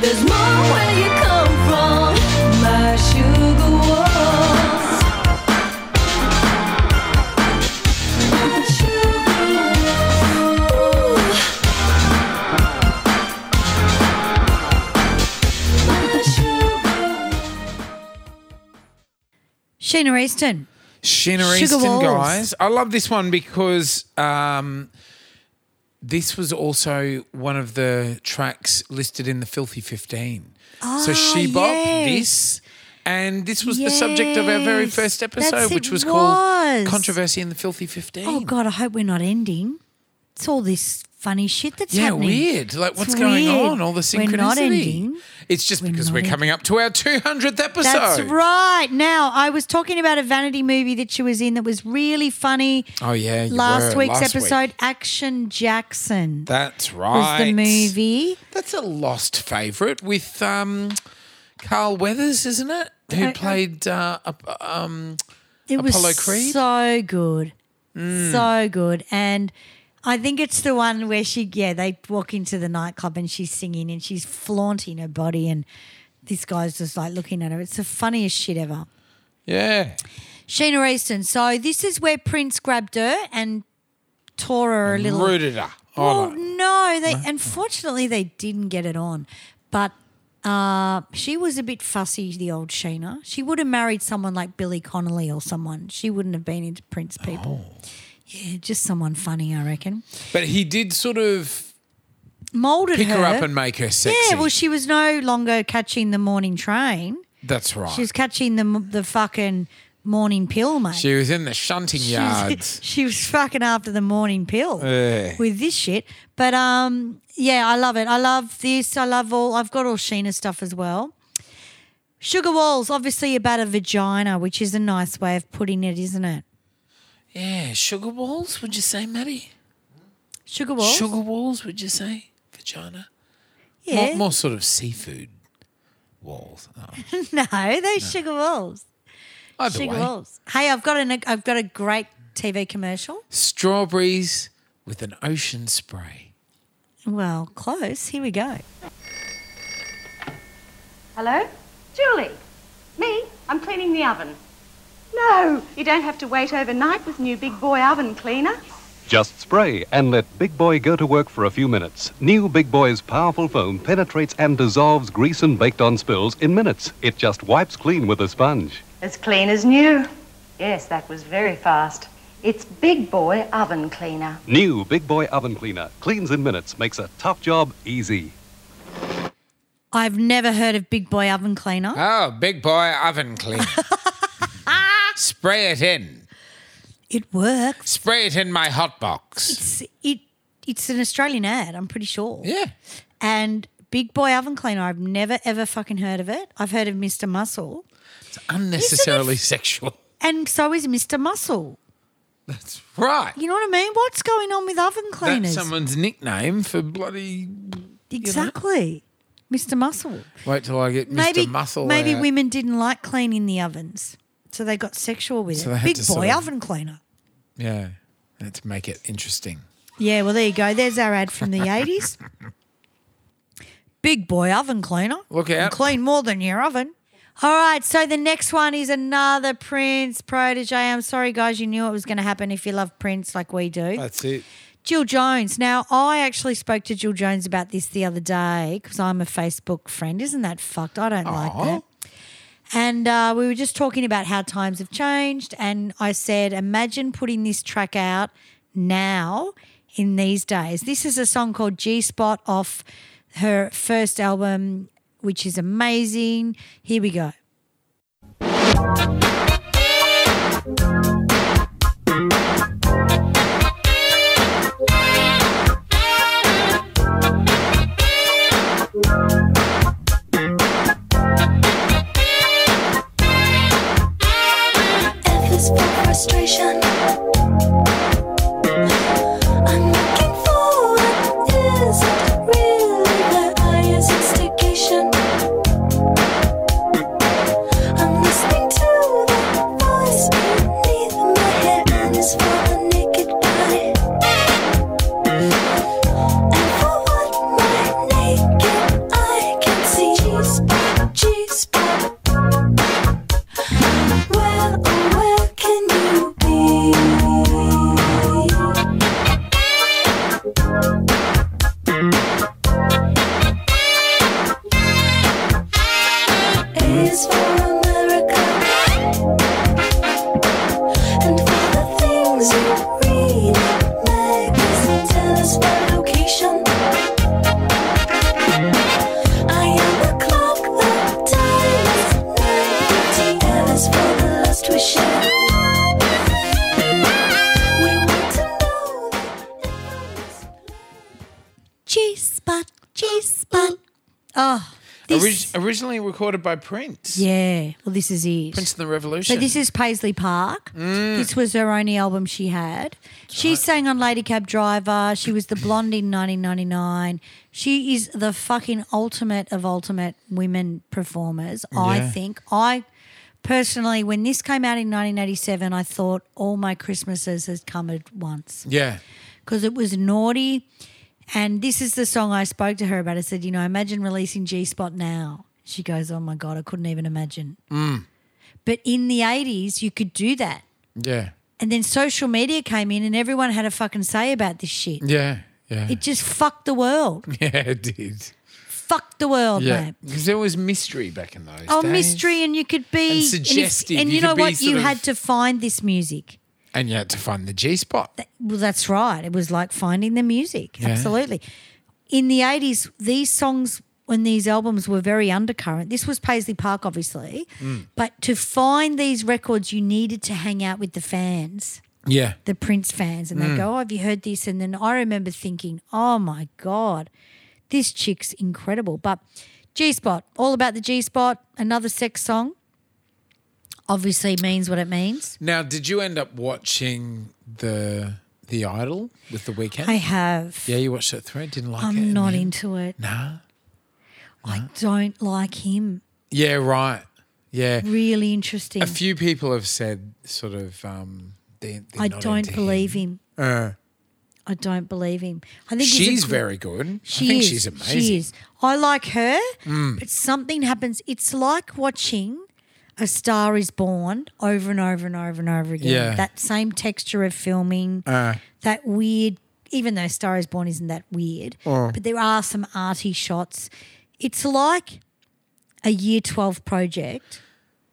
Speaker 5: There's more where you come from, my sugar walls.
Speaker 1: Sheena Easton.
Speaker 3: Sheena
Speaker 1: Sugar
Speaker 3: Easton,
Speaker 1: Walls.
Speaker 3: guys. I love this one because um, this was also one of the tracks listed in the Filthy 15. so she bop
Speaker 1: Ah, yes.
Speaker 3: this. And this was the subject of our very
Speaker 1: Yes.
Speaker 3: first episode,
Speaker 1: That's-
Speaker 3: which
Speaker 1: it
Speaker 3: was,
Speaker 1: was.
Speaker 3: called Controversy in the Filthy 15.
Speaker 1: Oh God, I hope we're not ending. It's all this funny shit that's
Speaker 3: yeah,
Speaker 1: happening.
Speaker 3: weird. Like,
Speaker 1: It's
Speaker 3: what's going
Speaker 1: weird.
Speaker 3: on? All the synchronicity.
Speaker 1: We're not ending.
Speaker 3: It's just
Speaker 1: We're
Speaker 3: because
Speaker 1: not
Speaker 3: we're
Speaker 1: ending.
Speaker 3: coming up to our 200th episode.
Speaker 1: That's right. Now, I was talking about a vanity movie that she was in that was really funny.
Speaker 3: Oh, yeah, you
Speaker 1: Last
Speaker 3: were,
Speaker 1: week's
Speaker 3: last week.
Speaker 1: episode, Action Jackson,
Speaker 3: That's
Speaker 1: was
Speaker 3: right.
Speaker 1: the movie.
Speaker 3: That's a lost favourite with um, Carl Weathers, isn't it? Who
Speaker 1: I-
Speaker 3: played uh, up- um,
Speaker 1: It
Speaker 3: Apollo
Speaker 1: was
Speaker 3: Creed? Hmm.
Speaker 1: so good, so good, and. I think it's the one where she, yeah, they walk into the nightclub and she's singing and she's flaunting her body, and this guy's just like looking at her. It's the funniest shit ever.
Speaker 3: yeah,
Speaker 1: Sheena Easton. So this is where Prince grabbed her and tore her a little.
Speaker 3: rooted her.
Speaker 1: Oh
Speaker 3: Oh,
Speaker 1: no, they unfortunately they didn't get it on. But uh, she was a bit fussy, the old Sheena. She would have married someone like Billy Connolly or someone. She wouldn't have been into Prince people.
Speaker 3: Oh.
Speaker 1: Yeah, just someone funny, I reckon.
Speaker 3: but he did sort of
Speaker 1: Molded
Speaker 3: pick her,
Speaker 1: her.
Speaker 3: up and make her sexy.
Speaker 1: yeah, well, she was no longer catching the morning train.
Speaker 3: that's right.
Speaker 1: She was catching the the fucking morning pill, mate.
Speaker 3: she was in the shunting
Speaker 1: She was-
Speaker 3: yards.
Speaker 1: [laughs] She was fucking after the morning pill
Speaker 3: Eh.
Speaker 1: with this shit. But um, yeah, I love it. I love this. I love all. I've got all Sheena stuff as well. Sugar Walls, obviously about a vagina, which is a nice way of putting it, isn't it?
Speaker 3: Yeah, sugar walls. Would you say, Maddie?
Speaker 1: Sugar Walls.
Speaker 3: Sugar walls. Would you say? vagina?
Speaker 1: Yeah.
Speaker 3: More, more sort of seafood walls. Oh,
Speaker 1: [laughs] No, those sugar walls.
Speaker 3: either
Speaker 1: Sugar
Speaker 3: way,
Speaker 1: walls. Hey, I've got an I've got a great TV commercial.
Speaker 3: strawberries with an ocean spray.
Speaker 1: Well, close. Here we go.
Speaker 6: Hello? Julie? Me? I'm cleaning the oven. No, you don't have to wait overnight with new big boy oven cleaner.
Speaker 7: Just spray and let Big Boy go to work for a few minutes. New Big Boy's powerful foam penetrates and dissolves grease and baked on spills in minutes. It just wipes clean with a sponge.
Speaker 6: As clean as new. Yes, that was very fast. It's Big Boy Oven Cleaner.
Speaker 7: New Big Boy oven cleaner cleans in minutes, makes a tough job easy.
Speaker 1: I've never heard of Big Boy Oven Cleaner.
Speaker 3: Oh, big boy
Speaker 1: [laughs]
Speaker 3: oven cleaner. spray it in.
Speaker 1: It works.
Speaker 3: Spray it in my hot box.
Speaker 1: It's, it it's an Australian ad, I'm pretty sure.
Speaker 3: Yeah.
Speaker 1: And Big Boy Oven Cleaner, I've never ever fucking heard of it. I've heard of Mr. Muscle,
Speaker 3: It's unnecessarily sexual.
Speaker 1: and so is Mr. Muscle.
Speaker 3: That's right.
Speaker 1: You know what I mean? What's going on with oven
Speaker 3: That's
Speaker 1: cleaners?
Speaker 3: someone's nickname for bloody.
Speaker 1: exactly. Mr. Muscle.
Speaker 3: Wait till I get
Speaker 1: Maybe
Speaker 3: Mr. Muscle.
Speaker 1: maybe
Speaker 3: out.
Speaker 1: women didn't like cleaning the ovens, so they got sexual with
Speaker 3: So they
Speaker 1: it.
Speaker 3: had
Speaker 1: Big
Speaker 3: to
Speaker 1: boy
Speaker 3: sort of-
Speaker 1: oven cleaner.
Speaker 3: Yeah. Let's make it interesting.
Speaker 1: Yeah, well there you go. There's our ad
Speaker 3: [laughs]
Speaker 1: from the 80s. Big boy oven cleaner.
Speaker 3: Look
Speaker 1: Can
Speaker 3: out.
Speaker 1: Clean more than your oven. All right, so the next one is another Prince protege. I'm sorry, guys, you knew it was going to happen if you love Prince like we do.
Speaker 3: That's it.
Speaker 1: Jill Jones. Now, I actually spoke to Jill Jones about this the other day because I'm a Facebook friend. Isn't that fucked? I don't like that. And uh, we were just talking about how times have changed. And I said, imagine putting this track out now in these days. This is a song called G Spot off her first album, which is amazing. Here we go.
Speaker 8: F is for frustration. I'm looking for what isn't really there. I is instigation. I'm listening to the voice beneath my hair. N is for the naked body. And for what my naked eye can see. G spot, G spot. Where, oh, where can you be? A is for America, and for the things you read in magazines. L is for location. I am the clock, the time is nine fifty. L is for the last we share. We want to know that
Speaker 1: G Spot, G Spot. Oh, this.
Speaker 3: Orig- originally recorded by Prince.
Speaker 1: yeah, well, this is it.
Speaker 3: Prince and the Revolution. Mm.
Speaker 1: So this is Paisley Park. This was her only album she had. She sang on Lady Cab Driver. She was the blonde in 1999. She is the fucking ultimate of ultimate women performers, I
Speaker 3: Yeah.
Speaker 1: think. I personally, when this came out in 1987, I thought all my Christmases had come at once
Speaker 3: yeah.
Speaker 1: because it was naughty. And this is the song I spoke to her about. I said, you know, imagine releasing G Spot now. She goes, oh my God, I couldn't even imagine.
Speaker 3: Mm.
Speaker 1: But in the 80s, you could do that.
Speaker 3: Yeah.
Speaker 1: And then social media came in and everyone had a fucking say about this shit.
Speaker 3: Yeah. Yeah.
Speaker 1: It just fucked the world.
Speaker 3: [laughs] yeah, it did.
Speaker 1: fucked the world,
Speaker 3: Yeah.
Speaker 1: mate.
Speaker 3: Because there was mystery back in those
Speaker 1: Oh,
Speaker 3: days.
Speaker 1: mystery, and you could be
Speaker 3: And
Speaker 1: if-
Speaker 3: suggestive.
Speaker 1: And,
Speaker 3: You
Speaker 1: you know
Speaker 3: could be
Speaker 1: what? You
Speaker 3: sort of-
Speaker 1: had to find this music.
Speaker 3: And you had to find the G spot.
Speaker 1: Well, that's right. It was like finding the music. Absolutely. In the 80s, these songs and these albums were very undercurrent. This was Paisley Park, obviously. But to find these records, you needed to hang out with the fans,
Speaker 3: Yeah.
Speaker 1: the Prince fans. And they go, Oh, have you heard this? And then I remember thinking, Oh my God, this chick's incredible. But G Spot, all about the G Spot, another sex song. Obviously means what it means.
Speaker 3: Now, did you end up watching the The Idol with the weekend.
Speaker 1: I have.
Speaker 3: yeah, you watched it through. Didn't like
Speaker 1: I'm
Speaker 3: it. in
Speaker 1: not
Speaker 3: the end.
Speaker 1: into it.
Speaker 3: Nah.
Speaker 1: I don't like him.
Speaker 3: Yeah, right. Yeah.
Speaker 1: Really interesting.
Speaker 3: A few people have said sort of um, they. they're
Speaker 1: I
Speaker 3: not
Speaker 1: don't
Speaker 3: into
Speaker 1: believe
Speaker 3: him.
Speaker 1: him. I don't believe him. I think he's a
Speaker 3: She's
Speaker 1: gr-
Speaker 3: very good.
Speaker 1: She
Speaker 3: I think
Speaker 1: is.
Speaker 3: she's amazing. Mm.
Speaker 1: She is. I like her, but something happens. It's like watching A Star Is Born over and over and over and over again.
Speaker 3: Yeah.
Speaker 1: That same texture of filming. that weird. Even though Star Is Born isn't that weird, but there are some arty shots. It's like a Year Twelve project.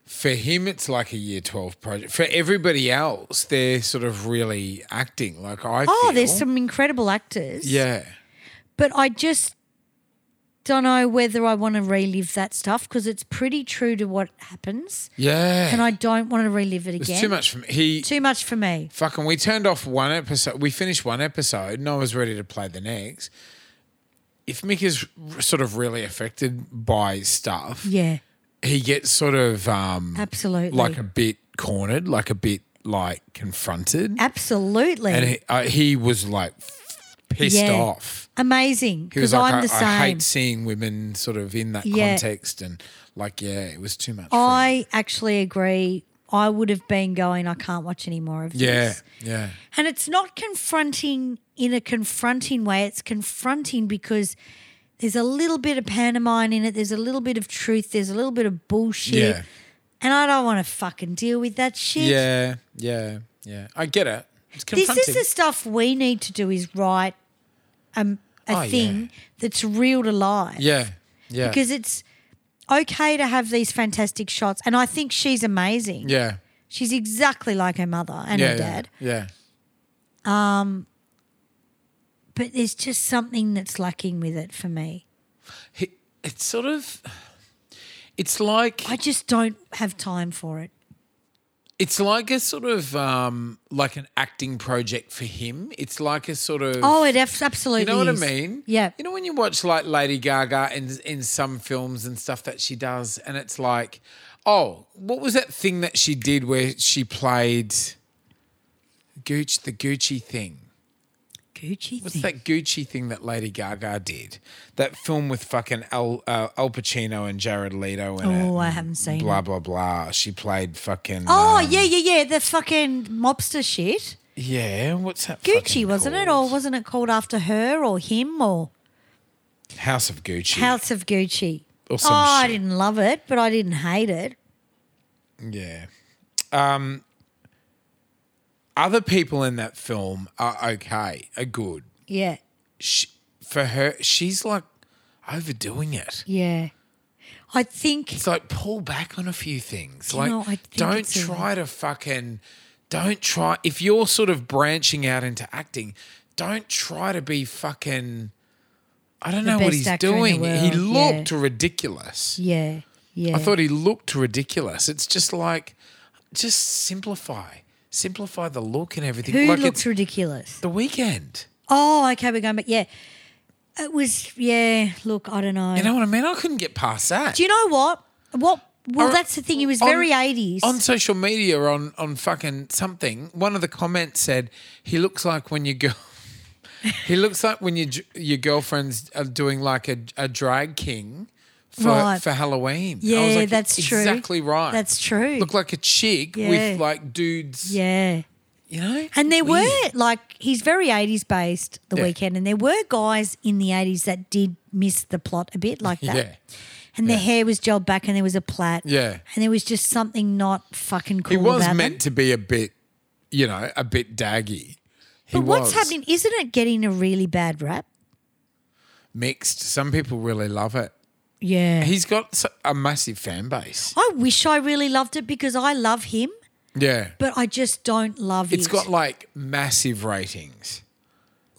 Speaker 3: For him, it's like a year 12 project. For everybody else, they're sort of really acting. Like I
Speaker 1: Oh,
Speaker 3: feel-
Speaker 1: there's some incredible actors.
Speaker 3: Yeah.
Speaker 1: but I just don't know whether I want to relive that stuff because it's pretty true to what happens,
Speaker 3: Yeah.
Speaker 1: and I don't want to relive it
Speaker 3: It's
Speaker 1: again.
Speaker 3: too much for me. He
Speaker 1: Too much for me.
Speaker 3: fucking, we turned off one episode. We finished one episode and I was ready to play the next. If Mick is r- sort of really affected by stuff,
Speaker 1: Yeah,
Speaker 3: he gets sort of um,
Speaker 1: Absolutely.
Speaker 3: like a bit cornered, like a bit like confronted.
Speaker 1: absolutely.
Speaker 3: And he, uh, he was like f- pissed
Speaker 1: Yeah.
Speaker 3: off.
Speaker 1: Amazing
Speaker 3: He was
Speaker 1: because
Speaker 3: like,
Speaker 1: I'm
Speaker 3: I,
Speaker 1: the same.
Speaker 3: I
Speaker 1: I,
Speaker 3: hate seeing women sort of in that
Speaker 1: Yeah.
Speaker 3: context and like, yeah, it was too much. for him.
Speaker 1: actually agree. I would have been going. I can't watch any more of
Speaker 3: yeah,
Speaker 1: this.
Speaker 3: yeah,
Speaker 1: And it's not confronting in a confronting way. It's confronting because there's a little bit of pantomime in it. There's a little bit of truth. There's a little bit of bullshit.
Speaker 3: yeah,
Speaker 1: And I don't want to fucking deal with that shit.
Speaker 3: yeah, yeah, yeah. I get it. It's
Speaker 1: This
Speaker 3: confronting.
Speaker 1: is the stuff we need to do is write um,
Speaker 3: Oh,
Speaker 1: a
Speaker 3: yeah.
Speaker 1: thing that's real to life.
Speaker 3: yeah, yeah,
Speaker 1: Because it's okay to have these fantastic shots. And I think she's amazing.
Speaker 3: yeah,
Speaker 1: She's exactly like her mother and
Speaker 3: yeah,
Speaker 1: her dad.
Speaker 3: yeah, yeah.
Speaker 1: But there's just something that's lacking with it for me.
Speaker 3: He, it's sort of, it's like
Speaker 1: I just don't have time for it.
Speaker 3: it's like a sort of um like an acting project for him. It's like a sort of
Speaker 1: Oh, it abs- absolutely
Speaker 3: You know what
Speaker 1: is.
Speaker 3: I mean?
Speaker 1: Yeah.
Speaker 3: You know when you watch like Lady Gaga in in some films and stuff that she does, and it's like, oh, what was that thing that she did where she played Gooch the Gucci thing?
Speaker 1: Gucci
Speaker 3: What's
Speaker 1: thing.
Speaker 3: that Gucci thing that Lady Gaga did? That film with fucking Al uh, Al Pacino and Jared Leto in it.
Speaker 1: Oh, I haven't seen
Speaker 3: Blah
Speaker 1: it.
Speaker 3: blah blah. She played fucking.
Speaker 1: Oh,
Speaker 3: um,
Speaker 1: yeah, yeah, yeah. The fucking mobster shit.
Speaker 3: yeah. What's that?
Speaker 1: Gucci,
Speaker 3: fucking
Speaker 1: wasn't it? Or
Speaker 3: called?
Speaker 1: wasn't it called after her or him or
Speaker 3: House of Gucci?
Speaker 1: House of Gucci?
Speaker 3: Or some
Speaker 1: oh, I
Speaker 3: shit.
Speaker 1: didn't love it, but I didn't hate it.
Speaker 3: Yeah. Um, other people in that film are okay, are good.
Speaker 1: Yeah,
Speaker 3: She, for her, she's like overdoing it.
Speaker 1: yeah. I think
Speaker 3: It's like pull back on a few things.
Speaker 1: Do you
Speaker 3: like
Speaker 1: know, I think
Speaker 3: don't
Speaker 1: it's a-
Speaker 3: try to fucking don't try if you're sort of branching out into acting, don't try to be fucking I don't
Speaker 1: The
Speaker 3: know what
Speaker 1: best
Speaker 3: he's
Speaker 1: actor in the
Speaker 3: doing. He
Speaker 1: world, yeah.
Speaker 3: looked ridiculous.
Speaker 1: yeah, yeah.
Speaker 3: I thought he looked ridiculous. It's just like, just simplify, simplify the look and everything.
Speaker 1: who
Speaker 3: like
Speaker 1: looks
Speaker 3: it's
Speaker 1: ridiculous?
Speaker 3: the weekend.
Speaker 1: Oh, okay, we're going back. Yeah, it was. Yeah, look, I don't know.
Speaker 3: You know what I mean? I couldn't get past that.
Speaker 1: Do you know what? What? Well,
Speaker 3: Or-
Speaker 1: that's the thing. He was
Speaker 3: on-
Speaker 1: very eighties.
Speaker 3: on social media on on fucking something? One of the comments said he looks like when you go. [laughs] he looks like when your your girlfriend's uh, doing like a, a drag king. For,
Speaker 1: Right.
Speaker 3: for Halloween, I was
Speaker 1: Yeah,
Speaker 3: like,
Speaker 1: that's true.
Speaker 3: Exactly right.
Speaker 1: That's true.
Speaker 3: Look like a chick
Speaker 1: Yeah.
Speaker 3: with like dudes,
Speaker 1: yeah.
Speaker 3: you know.
Speaker 1: And there
Speaker 3: Weird.
Speaker 1: were like he's very eighties based the
Speaker 3: Yeah.
Speaker 1: weekend, and there were guys in the eighties that did miss the plot a bit like that.
Speaker 3: [laughs] yeah,
Speaker 1: And their hair was gelled back, and there was a plait.
Speaker 3: Yeah.
Speaker 1: And there was just something not fucking cool.
Speaker 3: He was
Speaker 1: about
Speaker 3: meant
Speaker 1: them.
Speaker 3: to be a bit, you know, a bit daggy. He
Speaker 1: But what's
Speaker 3: was
Speaker 1: happening? Isn't it getting a really bad rap?
Speaker 3: Mixed. Some people really love it.
Speaker 1: Yeah.
Speaker 3: He's got s- a massive fan base.
Speaker 1: I wish I really loved it because I love him,
Speaker 3: Yeah.
Speaker 1: but I just don't love
Speaker 3: It's
Speaker 1: it.
Speaker 3: got like massive ratings.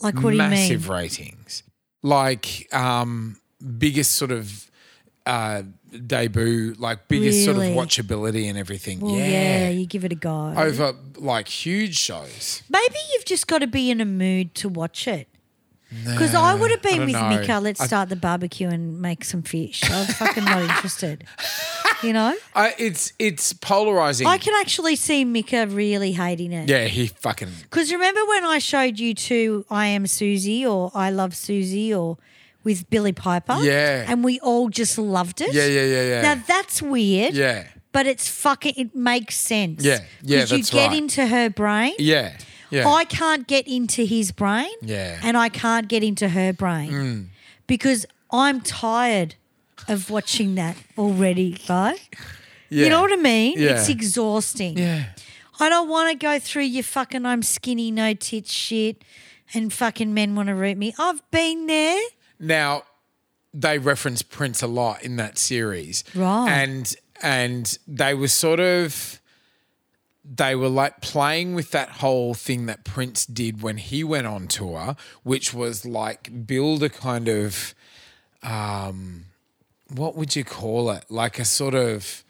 Speaker 1: like what do you mean?
Speaker 3: massive ratings. Like um biggest sort of uh debut, like biggest
Speaker 1: Really?
Speaker 3: sort of watchability and everything.
Speaker 1: Well, yeah.
Speaker 3: yeah.
Speaker 1: you give it a go.
Speaker 3: Over like huge shows.
Speaker 1: Maybe you've just got to be in a mood to watch it. Because I would have
Speaker 3: I
Speaker 1: been
Speaker 3: don't
Speaker 1: with
Speaker 3: know.
Speaker 1: Mika. Let's
Speaker 3: I- [laughs]
Speaker 1: start the barbecue and make some fish. I was fucking not interested. You know,
Speaker 3: I, it's it's polarizing.
Speaker 1: I can actually see Mika really hating it.
Speaker 3: yeah, he fucking.
Speaker 1: Because remember when I showed you two I Am Susie or I Love Susie or with Billy Piper?
Speaker 3: Yeah.
Speaker 1: And we all just loved it.
Speaker 3: Yeah, yeah, yeah, yeah.
Speaker 1: Now that's weird.
Speaker 3: Yeah.
Speaker 1: But it's fucking, it makes sense.
Speaker 3: Yeah, yeah,
Speaker 1: 'Cause
Speaker 3: that's
Speaker 1: you get
Speaker 3: right.
Speaker 1: into her brain.
Speaker 3: Yeah. Yeah.
Speaker 1: I can't get into his brain.
Speaker 3: Yeah. Mm.
Speaker 1: And I can't get into her brain because I'm tired of watching that already, right?
Speaker 3: yeah.
Speaker 1: You know what I mean?
Speaker 3: Yeah.
Speaker 1: It's exhausting.
Speaker 3: Yeah.
Speaker 1: I don't want to go through your fucking I'm skinny, no tits shit and fucking men want to root me. I've been there.
Speaker 3: Now, they reference Prince a lot in that series,
Speaker 1: Right.
Speaker 3: And and they were sort of they were like playing with that whole thing that Prince did when he went on tour, which was like build a kind of um, what would you call it? Like a sort of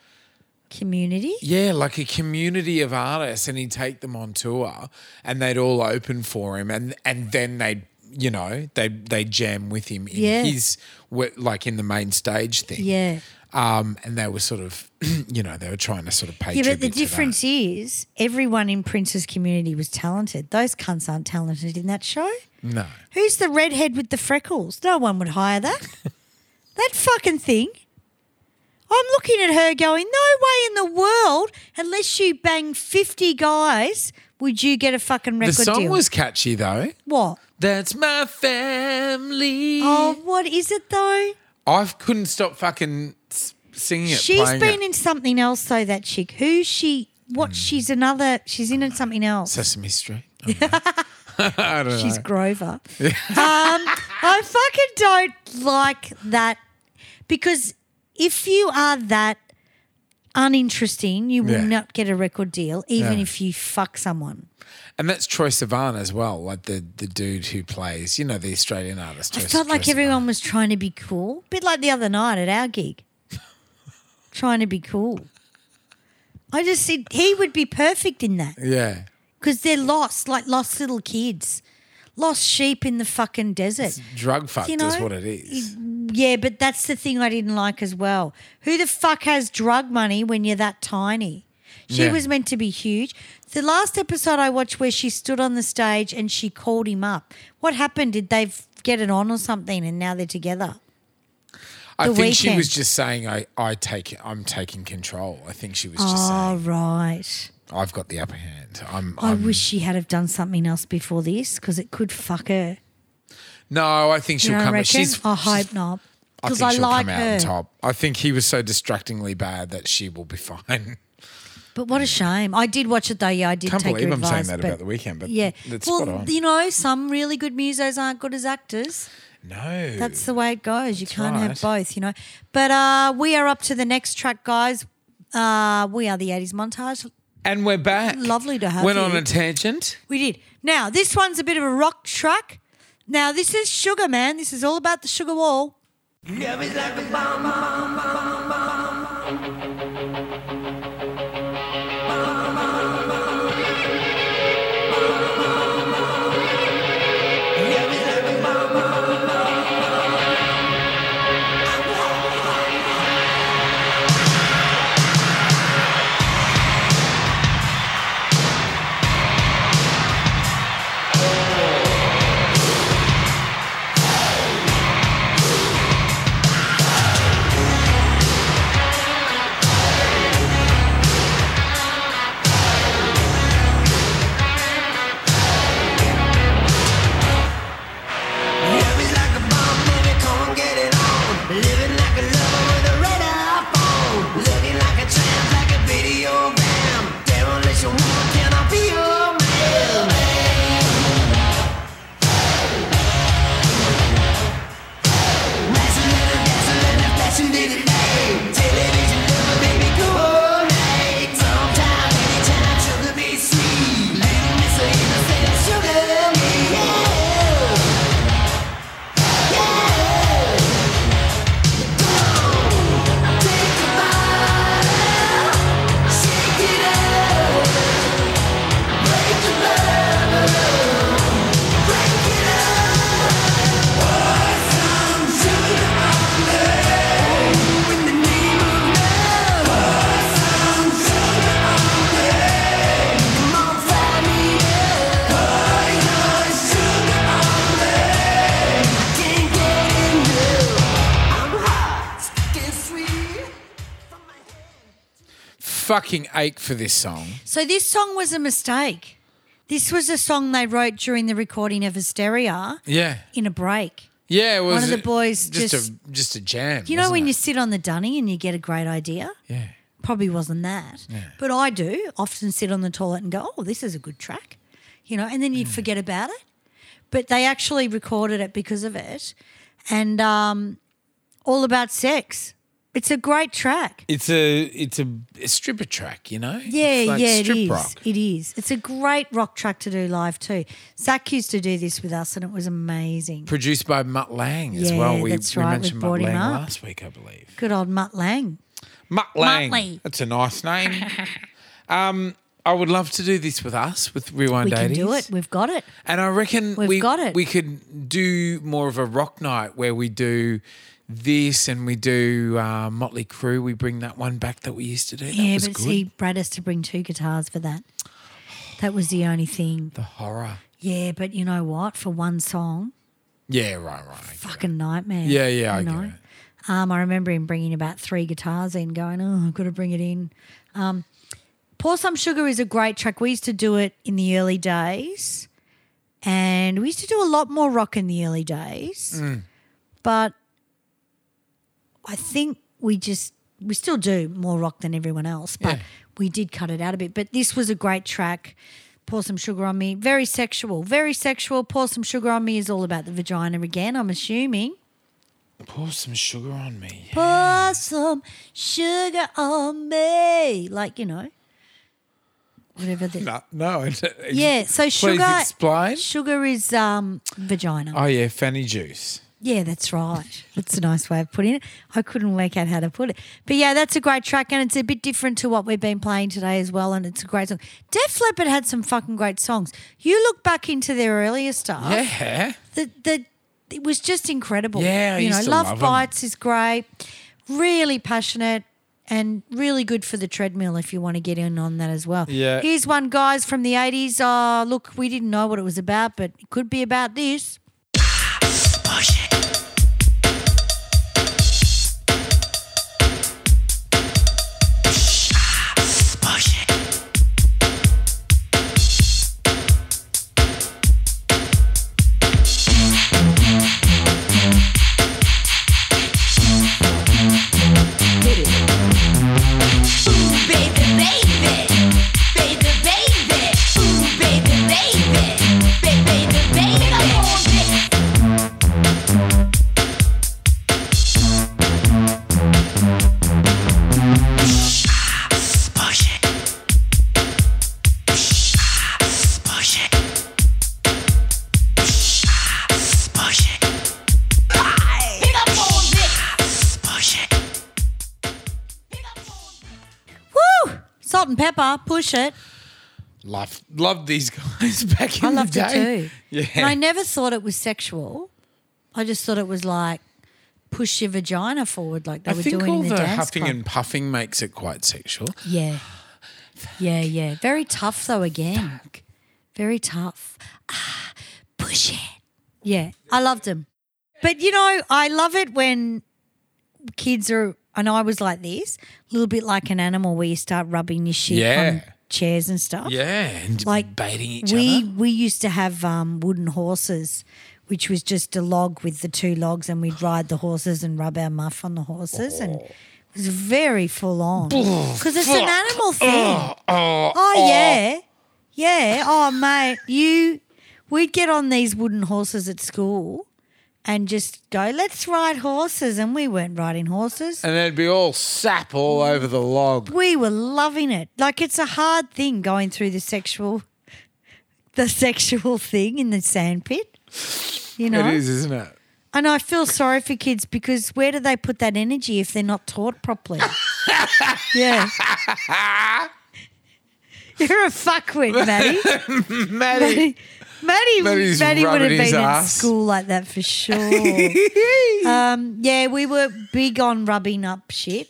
Speaker 1: Community.
Speaker 3: yeah, like a community of artists, and he'd take them on tour, and they'd all open for him, and and then they'd you know they they jam with him in
Speaker 1: Yeah.
Speaker 3: his wi- like in the main stage thing.
Speaker 1: Yeah.
Speaker 3: Um, and they were sort of [clears throat] you know they were trying to sort of pay.
Speaker 1: Yeah, but the
Speaker 3: tribute to that.
Speaker 1: difference is everyone in Prince's community was talented. Those cunts aren't talented in that show.
Speaker 3: No.
Speaker 1: Who's the redhead with the freckles? No one would hire
Speaker 3: [laughs]
Speaker 1: that. that fucking thing. I'm looking at her going, no way in the world, unless you bang 50 guys, would you get a fucking
Speaker 3: The
Speaker 1: record
Speaker 3: song
Speaker 1: deal.
Speaker 3: was catchy though.
Speaker 1: what?
Speaker 3: That's my family.
Speaker 1: Oh, what is it though?
Speaker 3: I couldn't stop fucking s- singing it.
Speaker 1: She's
Speaker 3: playing
Speaker 1: been
Speaker 3: it. Hmm.
Speaker 1: in something else though. That chick. Who's she? What? She's another. She's in something else. [laughs]
Speaker 3: Sesame Street. I don't know. I don't
Speaker 1: she's
Speaker 3: know.
Speaker 1: Grover. um, I fucking don't like that because if you are that uninteresting, you will
Speaker 3: Yeah.
Speaker 1: not get a record deal, even
Speaker 3: Yeah.
Speaker 1: if you fuck someone.
Speaker 3: And that's Troy Sivan as well, like the the dude who plays, you know, the Australian artist.
Speaker 1: I
Speaker 3: Troy-
Speaker 1: felt like
Speaker 3: Troy Sivan.
Speaker 1: everyone was trying to be cool. bit like the other night at our gig. [laughs] trying to be cool. I just said he would be perfect in that
Speaker 3: Yeah,
Speaker 1: because they're lost, like lost little kids, lost sheep in the fucking desert.
Speaker 3: drug fucked
Speaker 1: You know,
Speaker 3: is what it is.
Speaker 1: Yeah, but that's the thing I didn't like as well. Who the fuck has drug money when you're that tiny? She
Speaker 3: Yeah.
Speaker 1: was meant to be huge. The last episode I watched where she stood on the stage and she called him up. What happened? Did they f- get it on or something and now they're together?
Speaker 3: I
Speaker 1: the
Speaker 3: think she was
Speaker 1: weekend.
Speaker 3: just saying, "I I take I'm taking control." I think she was just
Speaker 1: Oh,
Speaker 3: saying,
Speaker 1: right.
Speaker 3: "I've got the upper hand." I'm.
Speaker 1: I
Speaker 3: I'm
Speaker 1: wish she had have done something else before this because it could fuck her.
Speaker 3: no, I think
Speaker 1: You
Speaker 3: she'll
Speaker 1: know, I
Speaker 3: come.
Speaker 1: reckon.
Speaker 3: out- She's.
Speaker 1: I hope not
Speaker 3: I
Speaker 1: because
Speaker 3: think
Speaker 1: I,
Speaker 3: she'll
Speaker 1: like
Speaker 3: come out
Speaker 1: her.
Speaker 3: on top. I think he was so distractingly bad that she will be [laughs] fine.
Speaker 1: But what a shame! I did watch it though. Yeah, I did
Speaker 3: Can't
Speaker 1: take
Speaker 3: believe
Speaker 1: your
Speaker 3: I'm saying
Speaker 1: advice.
Speaker 3: that
Speaker 1: but
Speaker 3: about The Weeknd, but
Speaker 1: yeah,
Speaker 3: that's
Speaker 1: well,
Speaker 3: spot on.
Speaker 1: you know, some really good musos aren't good as actors.
Speaker 3: No,
Speaker 1: That's the way it goes. You can't have
Speaker 3: right.
Speaker 1: both, you know. But uh, we are up to the next track, guys. Uh, we are the '80s montage.
Speaker 3: and we're back.
Speaker 1: Lovely to have
Speaker 3: Went
Speaker 1: you.
Speaker 3: on a tangent.
Speaker 1: We did. Now this one's a bit of a rock track. Now this is Sugar Man. This is all about the Sugar Wall.
Speaker 4: Love is like a bomb, bomb, bomb, bomb. Love is like a bomb, bomb, bomb,
Speaker 5: Sugar
Speaker 3: fucking ache for this song.
Speaker 1: So this song was a mistake. This was a song they wrote during the recording of Hysteria
Speaker 3: Yeah.
Speaker 1: in a break.
Speaker 3: Yeah, it was
Speaker 1: One of the boys just-
Speaker 3: a just a jam.
Speaker 1: You know
Speaker 3: wasn't
Speaker 1: when you
Speaker 3: it?
Speaker 1: sit on the dunny and you get a great idea?
Speaker 3: Yeah.
Speaker 1: Probably wasn't that. But I do often sit on the toilet and go, oh, this is a good track, you know, and then you'd forget about it. But they actually recorded it because of it. And um, All About Sex. It's a great track.
Speaker 3: It's a it's a, a stripper track, you know?
Speaker 1: Yeah,
Speaker 3: It's like
Speaker 1: yeah, it
Speaker 3: strip
Speaker 1: is.
Speaker 3: rock.
Speaker 1: It is. It's a great rock track to do live too. Zach used to do this with us, and it was amazing.
Speaker 3: Produced by Mutt Lang as
Speaker 1: Yeah,
Speaker 3: well. We,
Speaker 1: that's
Speaker 3: we
Speaker 1: right, we
Speaker 3: mentioned
Speaker 1: brought
Speaker 3: Mutt
Speaker 1: him
Speaker 3: Lang
Speaker 1: up.
Speaker 3: last week, I believe.
Speaker 1: Good old Mutt Lang.
Speaker 3: Mutt Lang.
Speaker 1: Lang.
Speaker 3: That's a
Speaker 1: [laughs]
Speaker 3: nice name. um, I would love to do this with us with Rewind
Speaker 1: We can
Speaker 3: 80s.
Speaker 1: do it. We've got it.
Speaker 3: And I reckon
Speaker 1: We've
Speaker 3: we
Speaker 1: got it.
Speaker 3: We could do more of a rock night where we do this and we do uh, Motley Crue. We bring that one back that we used to do. That
Speaker 1: yeah,
Speaker 3: was
Speaker 1: but
Speaker 3: good.
Speaker 1: see, Brad has to bring two guitars for that. That was the only thing.
Speaker 3: the horror.
Speaker 1: Yeah, but you know what? For one song,
Speaker 3: Yeah, right, right. I get it.
Speaker 1: fucking nightmare.
Speaker 3: Yeah, yeah, I
Speaker 1: you
Speaker 3: get
Speaker 1: know?
Speaker 3: it.
Speaker 1: Um, I remember him bringing about three guitars in, going, "Oh, I've got to bring it in." Um, "Pour Some Sugar" is a great track. We used to do it in the early days, and we used to do a lot more rock in the early days. But I think we just we still do more rock than everyone else, but
Speaker 3: Yeah.
Speaker 1: we did cut it out a bit. But this was a great track. Pour some sugar on me. Very sexual. Very sexual. Pour some sugar on me is all about the vagina again. I'm assuming.
Speaker 3: Pour some sugar on me.
Speaker 1: Pour some sugar on me. Like, you know, whatever the.
Speaker 3: [laughs] No, no. [laughs] I don't-
Speaker 1: Yeah, so sugar.
Speaker 3: explain.
Speaker 1: Sugar is um, vagina.
Speaker 3: Oh yeah, fanny juice.
Speaker 1: Yeah, that's right. That's a nice way of putting it. I couldn't work out how to put it. But yeah, that's a great track and it's a bit different to what we've been playing today as well. And it's a great song. Def Leppard had some fucking great songs. You look back into their earlier stuff.
Speaker 3: Yeah.
Speaker 1: the the it was just incredible.
Speaker 3: Yeah, I
Speaker 1: you
Speaker 3: used
Speaker 1: know,
Speaker 3: to
Speaker 1: love,
Speaker 3: love 'em.
Speaker 1: bites is great. Really passionate and really good for the treadmill if you want to get in on that as well.
Speaker 3: Yeah.
Speaker 1: here's one, guys, from the eighties. Oh, look, we didn't know what it was about, but it could be about this. Woo! Salt and pepper, push
Speaker 3: [laughs]
Speaker 1: it.
Speaker 3: Love loved these guys [laughs] back in
Speaker 1: I loved
Speaker 3: the
Speaker 1: it
Speaker 3: day.
Speaker 1: too.
Speaker 3: Yeah.
Speaker 1: And I never thought it was sexual. I just thought it was like push your vagina forward like they
Speaker 3: I
Speaker 1: were
Speaker 3: think
Speaker 1: doing
Speaker 3: all
Speaker 1: in the,
Speaker 3: the,
Speaker 1: dance
Speaker 3: huffing
Speaker 1: club.
Speaker 3: and puffing makes it quite sexual.
Speaker 1: Yeah. Yeah, yeah. Very tough though again. Very tough. Ah, push it. Yeah. I loved them. But you know, I love it when kids are and I was like this, a little bit like an animal where you start rubbing your shit
Speaker 3: Yeah.
Speaker 1: on chairs and stuff.
Speaker 3: Yeah, and
Speaker 1: Like,
Speaker 3: like baiting each
Speaker 1: we
Speaker 3: other.
Speaker 1: we used to have um, wooden horses, which was just a log with the two logs, and we'd ride the horses and rub our muff on the horses, and it was very full on because it's an animal thing. Oh, yeah, yeah. Oh mate, you we'd get on these wooden horses at school. And just go, let's ride horses. And we weren't riding horses.
Speaker 3: And there'd be all sap all
Speaker 1: Mm.
Speaker 3: over the log.
Speaker 1: We were loving it. Like it's a hard thing going through the sexual, the sexual thing in the sandpit. You know,
Speaker 3: It is, isn't it?
Speaker 1: [laughs] and I feel sorry for kids because where do they put that energy if they're not taught
Speaker 3: [laughs]
Speaker 1: properly? yeah. You're a fuckwit, Maddie.
Speaker 3: [laughs] Maddie.
Speaker 1: Maddie, Maddie,
Speaker 3: Maddie's
Speaker 1: Maddie would have
Speaker 3: rubbing
Speaker 1: been
Speaker 3: his
Speaker 1: in
Speaker 3: ass.
Speaker 1: school like that for sure.
Speaker 3: [laughs]
Speaker 1: um, yeah, we were big on rubbing up shit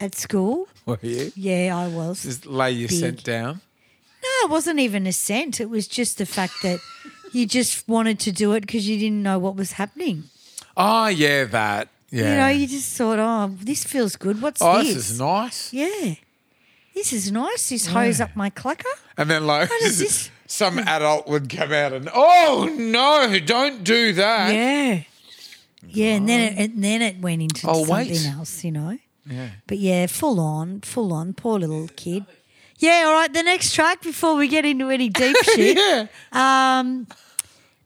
Speaker 1: at school.
Speaker 3: Were you?
Speaker 1: Yeah, I was.
Speaker 3: Just lay your scent down.
Speaker 1: No, it wasn't even a scent. It was just the fact [laughs] that you just wanted to do it because you didn't know what was happening.
Speaker 3: Oh yeah, that. Yeah.
Speaker 1: You know, you just thought, oh, this feels good. What's
Speaker 3: oh,
Speaker 1: this?
Speaker 3: this is nice.
Speaker 1: yeah. This is nice. This hose up my clacker.
Speaker 3: And then like
Speaker 1: What
Speaker 3: [laughs]
Speaker 1: is this?
Speaker 3: some adult would come out and oh no, don't do that.
Speaker 1: Yeah. Yeah, and then it and then it went into
Speaker 3: Oh,
Speaker 1: something
Speaker 3: wait.
Speaker 1: else, you know. Yeah. But yeah, full on, full on, poor little kid. Yeah, all right, the next track before we get into any
Speaker 3: [laughs]
Speaker 1: deep shit.
Speaker 3: Yeah.
Speaker 1: Um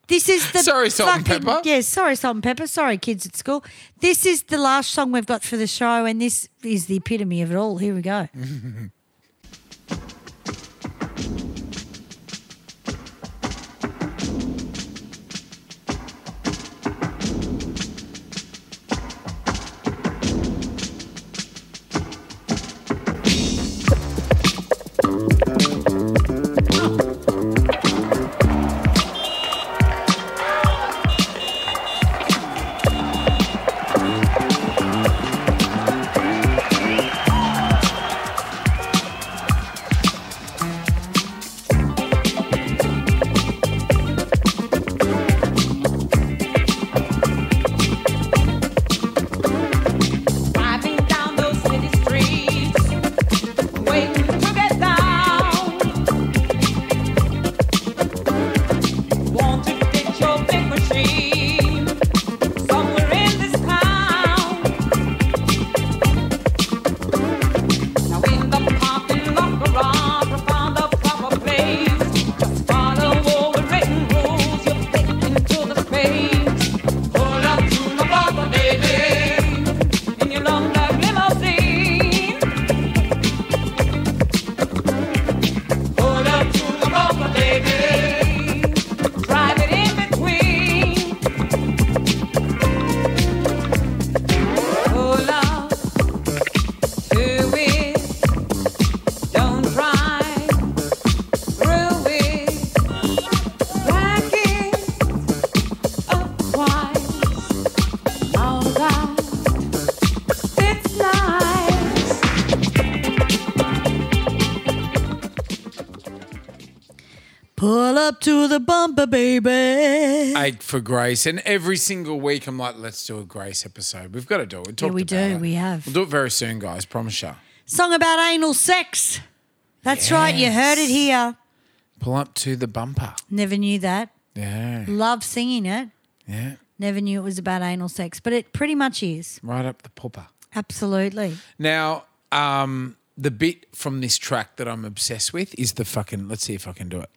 Speaker 1: this is the
Speaker 3: Sorry, Salt and
Speaker 1: fucking-
Speaker 3: Pepper.
Speaker 1: Yeah, sorry, salt and pepper. Sorry, kids at school. This is the last song we've got for the show, and this is the epitome of it all. Here we go.
Speaker 5: Driving down those city streets, waiting to get down. Want to get your big machine somewhere in this town. Now in the parking lot garage, I found a proper place. Just follow all the written rules. You're taken to the space. Pull up to the proper baby. In your long black limousine, pull up to the bumper, baby. Drive it in between. Pull up to it. Don't drive through it. Back it up twice. All right. It's nice.
Speaker 1: Pull up to the bumper, baby.
Speaker 3: Ache for Grace. And every single week I'm like, let's do a Grace episode. We've got to do it. We talked
Speaker 1: we
Speaker 3: about
Speaker 1: do.
Speaker 3: it.
Speaker 1: We have.
Speaker 3: We'll do it very soon, guys. Promise you.
Speaker 1: Song about anal sex. That's right, you heard it here.
Speaker 3: Pull up to the bumper.
Speaker 1: Never knew that.
Speaker 3: Yeah.
Speaker 1: Love singing it.
Speaker 3: Yeah.
Speaker 1: Never knew it was about anal sex, but it pretty much is.
Speaker 3: Right up the popper.
Speaker 1: Absolutely.
Speaker 3: Now, um, the bit from this track that I'm obsessed with is the fucking. Let's see if I can do it.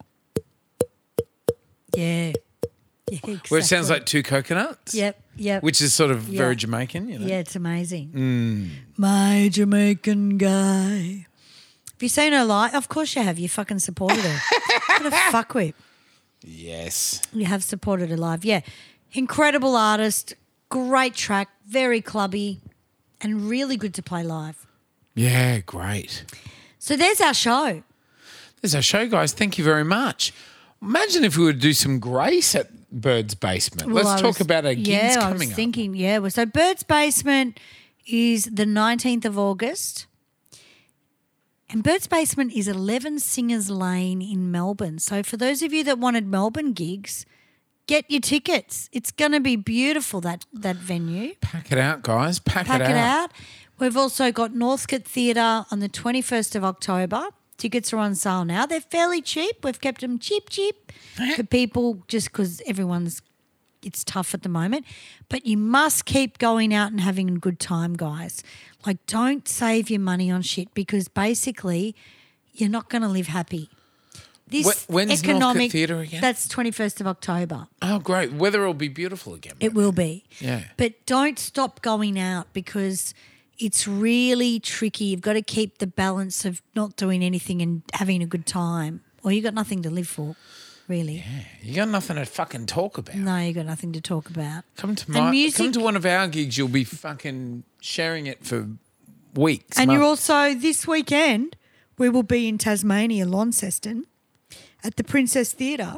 Speaker 1: Yeah. yeah
Speaker 3: Where it sounds
Speaker 1: exactly.
Speaker 3: like two coconuts.
Speaker 1: Yep, yep.
Speaker 3: Which Mm. is sort of
Speaker 1: Yeah.
Speaker 3: very Jamaican, you know.
Speaker 1: Yeah, it's amazing. My Jamaican guy. Have you seen her live? Of course you have. You fucking supported
Speaker 3: [laughs]
Speaker 1: her. what a fuckwit.
Speaker 3: Yes.
Speaker 1: You have supported her live. Yeah. Incredible artist, great track, very clubby, and really good to play live.
Speaker 3: Yeah, great.
Speaker 1: So there's our show.
Speaker 3: There's our show, guys. Thank you very much. Imagine if we would do some grace at Bird's Basement.
Speaker 1: Well,
Speaker 3: Let's
Speaker 1: I
Speaker 3: talk
Speaker 1: was-
Speaker 3: about our gigs
Speaker 1: yeah,
Speaker 3: coming
Speaker 1: I was
Speaker 3: up.
Speaker 1: thinking, yeah. Well, so Bird's Basement is the 19th of August. And Bird's Basement is 11 Singers Lane in Melbourne. So for those of you that wanted Melbourne gigs, get your tickets. It's going to be beautiful, that, that venue.
Speaker 3: Pack it out, guys. Pack,
Speaker 1: Pack it out. We've also got Northcote Theatre on the 21st of October. Tickets are on sale now. They're fairly cheap. We've kept them cheap, cheap for people just because everyone's, it's tough at the moment. But you must keep going out and having a good time, guys. Like, don't save your money on shit because basically you're not going to live happy. This
Speaker 3: Wh- when's Northcote
Speaker 1: economic
Speaker 3: Theatre again?
Speaker 1: That's 21st of October.
Speaker 3: Oh, great. Weather will be beautiful again.
Speaker 1: It will be.
Speaker 3: Yeah.
Speaker 1: But don't stop going out because it's really tricky. You've got to keep the balance of not doing anything and having a good time, or you've got nothing to live for, really.
Speaker 3: You got nothing to fucking talk about.
Speaker 1: No, you've got nothing to talk about.
Speaker 3: Come to
Speaker 1: And
Speaker 3: my come
Speaker 1: music-
Speaker 3: to one of our gigs. You'll be fucking sharing it for weeks.
Speaker 1: And you're
Speaker 3: months.
Speaker 1: also this weekend we will be in Tasmania, Launceston, at the Princess Theatre.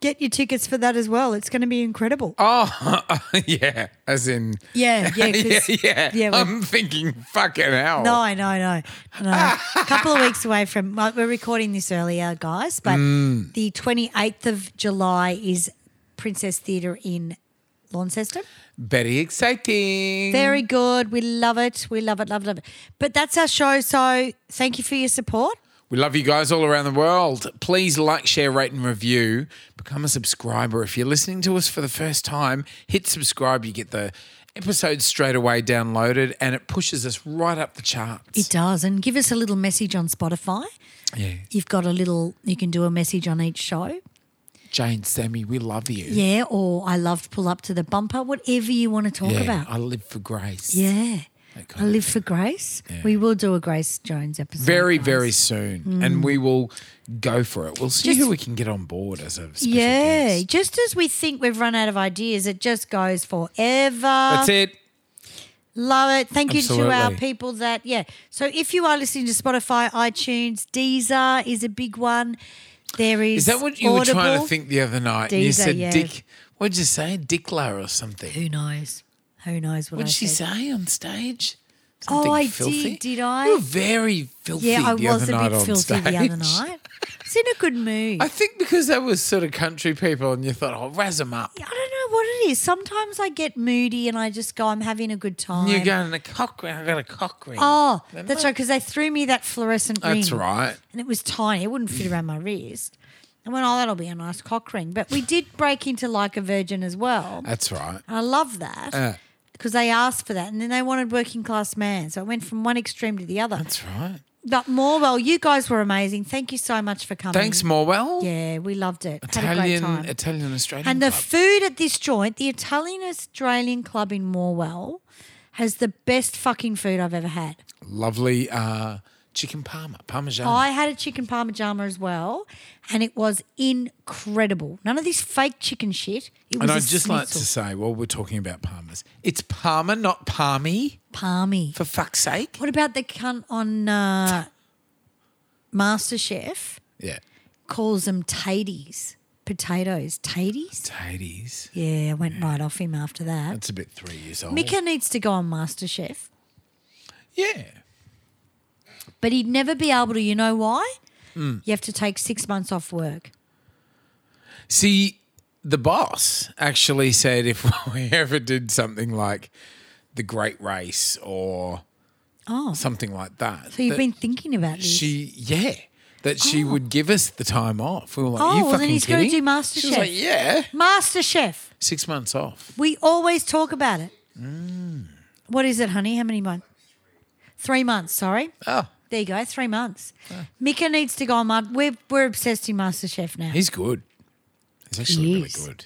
Speaker 1: Get your tickets for that as well. It's going to be incredible.
Speaker 3: oh [laughs] yeah, as in
Speaker 1: Yeah, yeah, 'cause-
Speaker 3: [laughs] yeah, yeah.
Speaker 1: yeah, we're-
Speaker 3: I'm thinking fucking hell.
Speaker 1: No, no, no, no. [laughs] a couple of weeks away from. like, We're recording this earlier, guys, but the twenty eighth of July is Princess Theatre in Launceston.
Speaker 3: Very exciting.
Speaker 1: Very good. We love it. We love it, love it, love it. But that's our show. So thank you for your support.
Speaker 3: We love you guys all around the world. Please like, share, rate, and review. Become a subscriber. If you're listening to us for the first time, hit subscribe. You get the episodes straight away downloaded, and it pushes us right up the charts.
Speaker 1: It does. And give us a little message on Spotify.
Speaker 3: yeah.
Speaker 1: You've got a little, you can do a message on each show.
Speaker 3: Jane, Sammy, we love you.
Speaker 1: Yeah. Or I loved Pull Up to the Bumper, whatever you want to talk
Speaker 3: Yeah,
Speaker 1: about.
Speaker 3: I live for grace.
Speaker 1: yeah.
Speaker 3: That kind
Speaker 1: I
Speaker 3: of
Speaker 1: live for Grace. We will do a Grace Jones episode.
Speaker 3: Very,
Speaker 1: guys.
Speaker 3: very soon. And we will go for it. We'll see
Speaker 1: Mm. Just-
Speaker 3: who we can get on board as a special
Speaker 1: Yeah.
Speaker 3: guest.
Speaker 1: Just as we think we've run out of ideas, it just goes forever.
Speaker 3: That's it.
Speaker 1: Love it. Thank you to our
Speaker 3: Absolutely.
Speaker 1: people that, yeah. So if you are listening to Spotify, iTunes, Deezer is a big one. There is.
Speaker 3: Is that what you were
Speaker 1: Audible.
Speaker 3: trying to think the other night? And you
Speaker 1: Deezer,
Speaker 3: said
Speaker 1: yeah.
Speaker 3: Dick. What did you say? Dickler or something?
Speaker 1: Who knows? Who knows what
Speaker 3: What
Speaker 1: I
Speaker 3: did she
Speaker 1: said.
Speaker 3: say on stage?
Speaker 1: Oh,
Speaker 3: Something
Speaker 1: I did,
Speaker 3: filthy?
Speaker 1: did I?
Speaker 3: You were very filthy.
Speaker 1: Yeah, I
Speaker 3: the
Speaker 1: was
Speaker 3: other
Speaker 1: a
Speaker 3: night
Speaker 1: bit
Speaker 3: on
Speaker 1: filthy the other
Speaker 3: stage.
Speaker 1: night. It's in a good mood. I,
Speaker 3: I think because they were sort of country people, and you thought, "Oh, razz them up."
Speaker 1: don't know what it is. Sometimes I get moody and I just go, I'm having a good time.
Speaker 3: And You're going a cock ring. I got a cock ring.
Speaker 1: Oh, that's right, because they threw me that fluorescent ring.
Speaker 3: that's right.
Speaker 1: and it was tiny. It wouldn't fit around my wrist. I went, oh, that'll be a nice cock ring. But we did break into Like a Virgin as well.
Speaker 3: That's right.
Speaker 1: And I love that
Speaker 3: Uh,
Speaker 1: because they asked for that. And then they wanted working class man. So it went from one extreme to the other.
Speaker 3: that's right.
Speaker 1: But Morwell, you guys were amazing. Thank you so much for coming.
Speaker 3: Thanks, Morwell.
Speaker 1: Yeah, we loved it. Had a great
Speaker 3: Italian,
Speaker 1: time.
Speaker 3: Italian Australian.
Speaker 1: and the
Speaker 3: club.
Speaker 1: food at this joint, the Italian Australian Club in Morwell, has the best fucking food I've ever had.
Speaker 3: lovely uh, chicken parma, parmesan.
Speaker 1: I had a chicken parmigiana as well, and it was incredible. None of this fake chicken shit. It was
Speaker 3: and
Speaker 1: a
Speaker 3: I'd just like to
Speaker 1: schnitzel.
Speaker 3: say, while we're talking about parmas, it's parma, not palmy.
Speaker 1: palmy.
Speaker 3: For fuck's sake.
Speaker 1: What about the cunt on uh, MasterChef
Speaker 3: Yeah.
Speaker 1: calls them taties, potatoes, taties?
Speaker 3: Hades.
Speaker 1: Yeah, I went right off him after that.
Speaker 3: That's a bit three years old.
Speaker 1: Mika needs to go on MasterChef,
Speaker 3: Yeah.
Speaker 1: but he'd never be able to. You know why?
Speaker 3: Hmm.
Speaker 1: You have to take six months off work.
Speaker 3: See, the boss actually said if [laughs] we ever did something like the Great Race or
Speaker 1: Oh, so
Speaker 3: something like that.
Speaker 1: you've
Speaker 3: that
Speaker 1: been thinking about this?
Speaker 3: she yeah. That she would give us the time off. We were like,
Speaker 1: Oh,
Speaker 3: you
Speaker 1: well,
Speaker 3: fucking
Speaker 1: then he's
Speaker 3: going
Speaker 1: gotta
Speaker 3: to
Speaker 1: do MasterChef.
Speaker 3: She was like, yeah,
Speaker 1: MasterChef.
Speaker 3: six months off.
Speaker 1: We always talk about it. What is it, honey? How many months? Three months, sorry.
Speaker 3: Oh,
Speaker 1: There you go, three months. Mika needs to go on. Mud. We're, we're obsessed in MasterChef now.
Speaker 3: he's good. He's actually really
Speaker 1: is.
Speaker 3: good.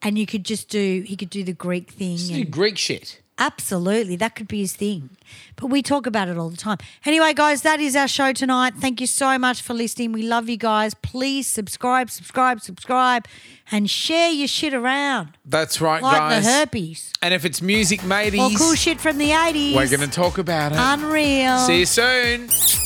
Speaker 1: and you could just do, he could do the Greek thing.
Speaker 3: Just do
Speaker 1: and-
Speaker 3: Greek shit.
Speaker 1: absolutely, that could be his thing. But we talk about it all the time. Anyway, guys, that is our show tonight. Thank you so much for listening. We love you guys. Please subscribe, subscribe, subscribe, and share your shit around.
Speaker 3: That's right,
Speaker 1: Like
Speaker 3: guys.
Speaker 1: the herpes.
Speaker 3: And if it's music, mateys,
Speaker 1: Or cool shit from the 80s.
Speaker 3: we're going to talk about it.
Speaker 1: Unreal.
Speaker 3: See you soon.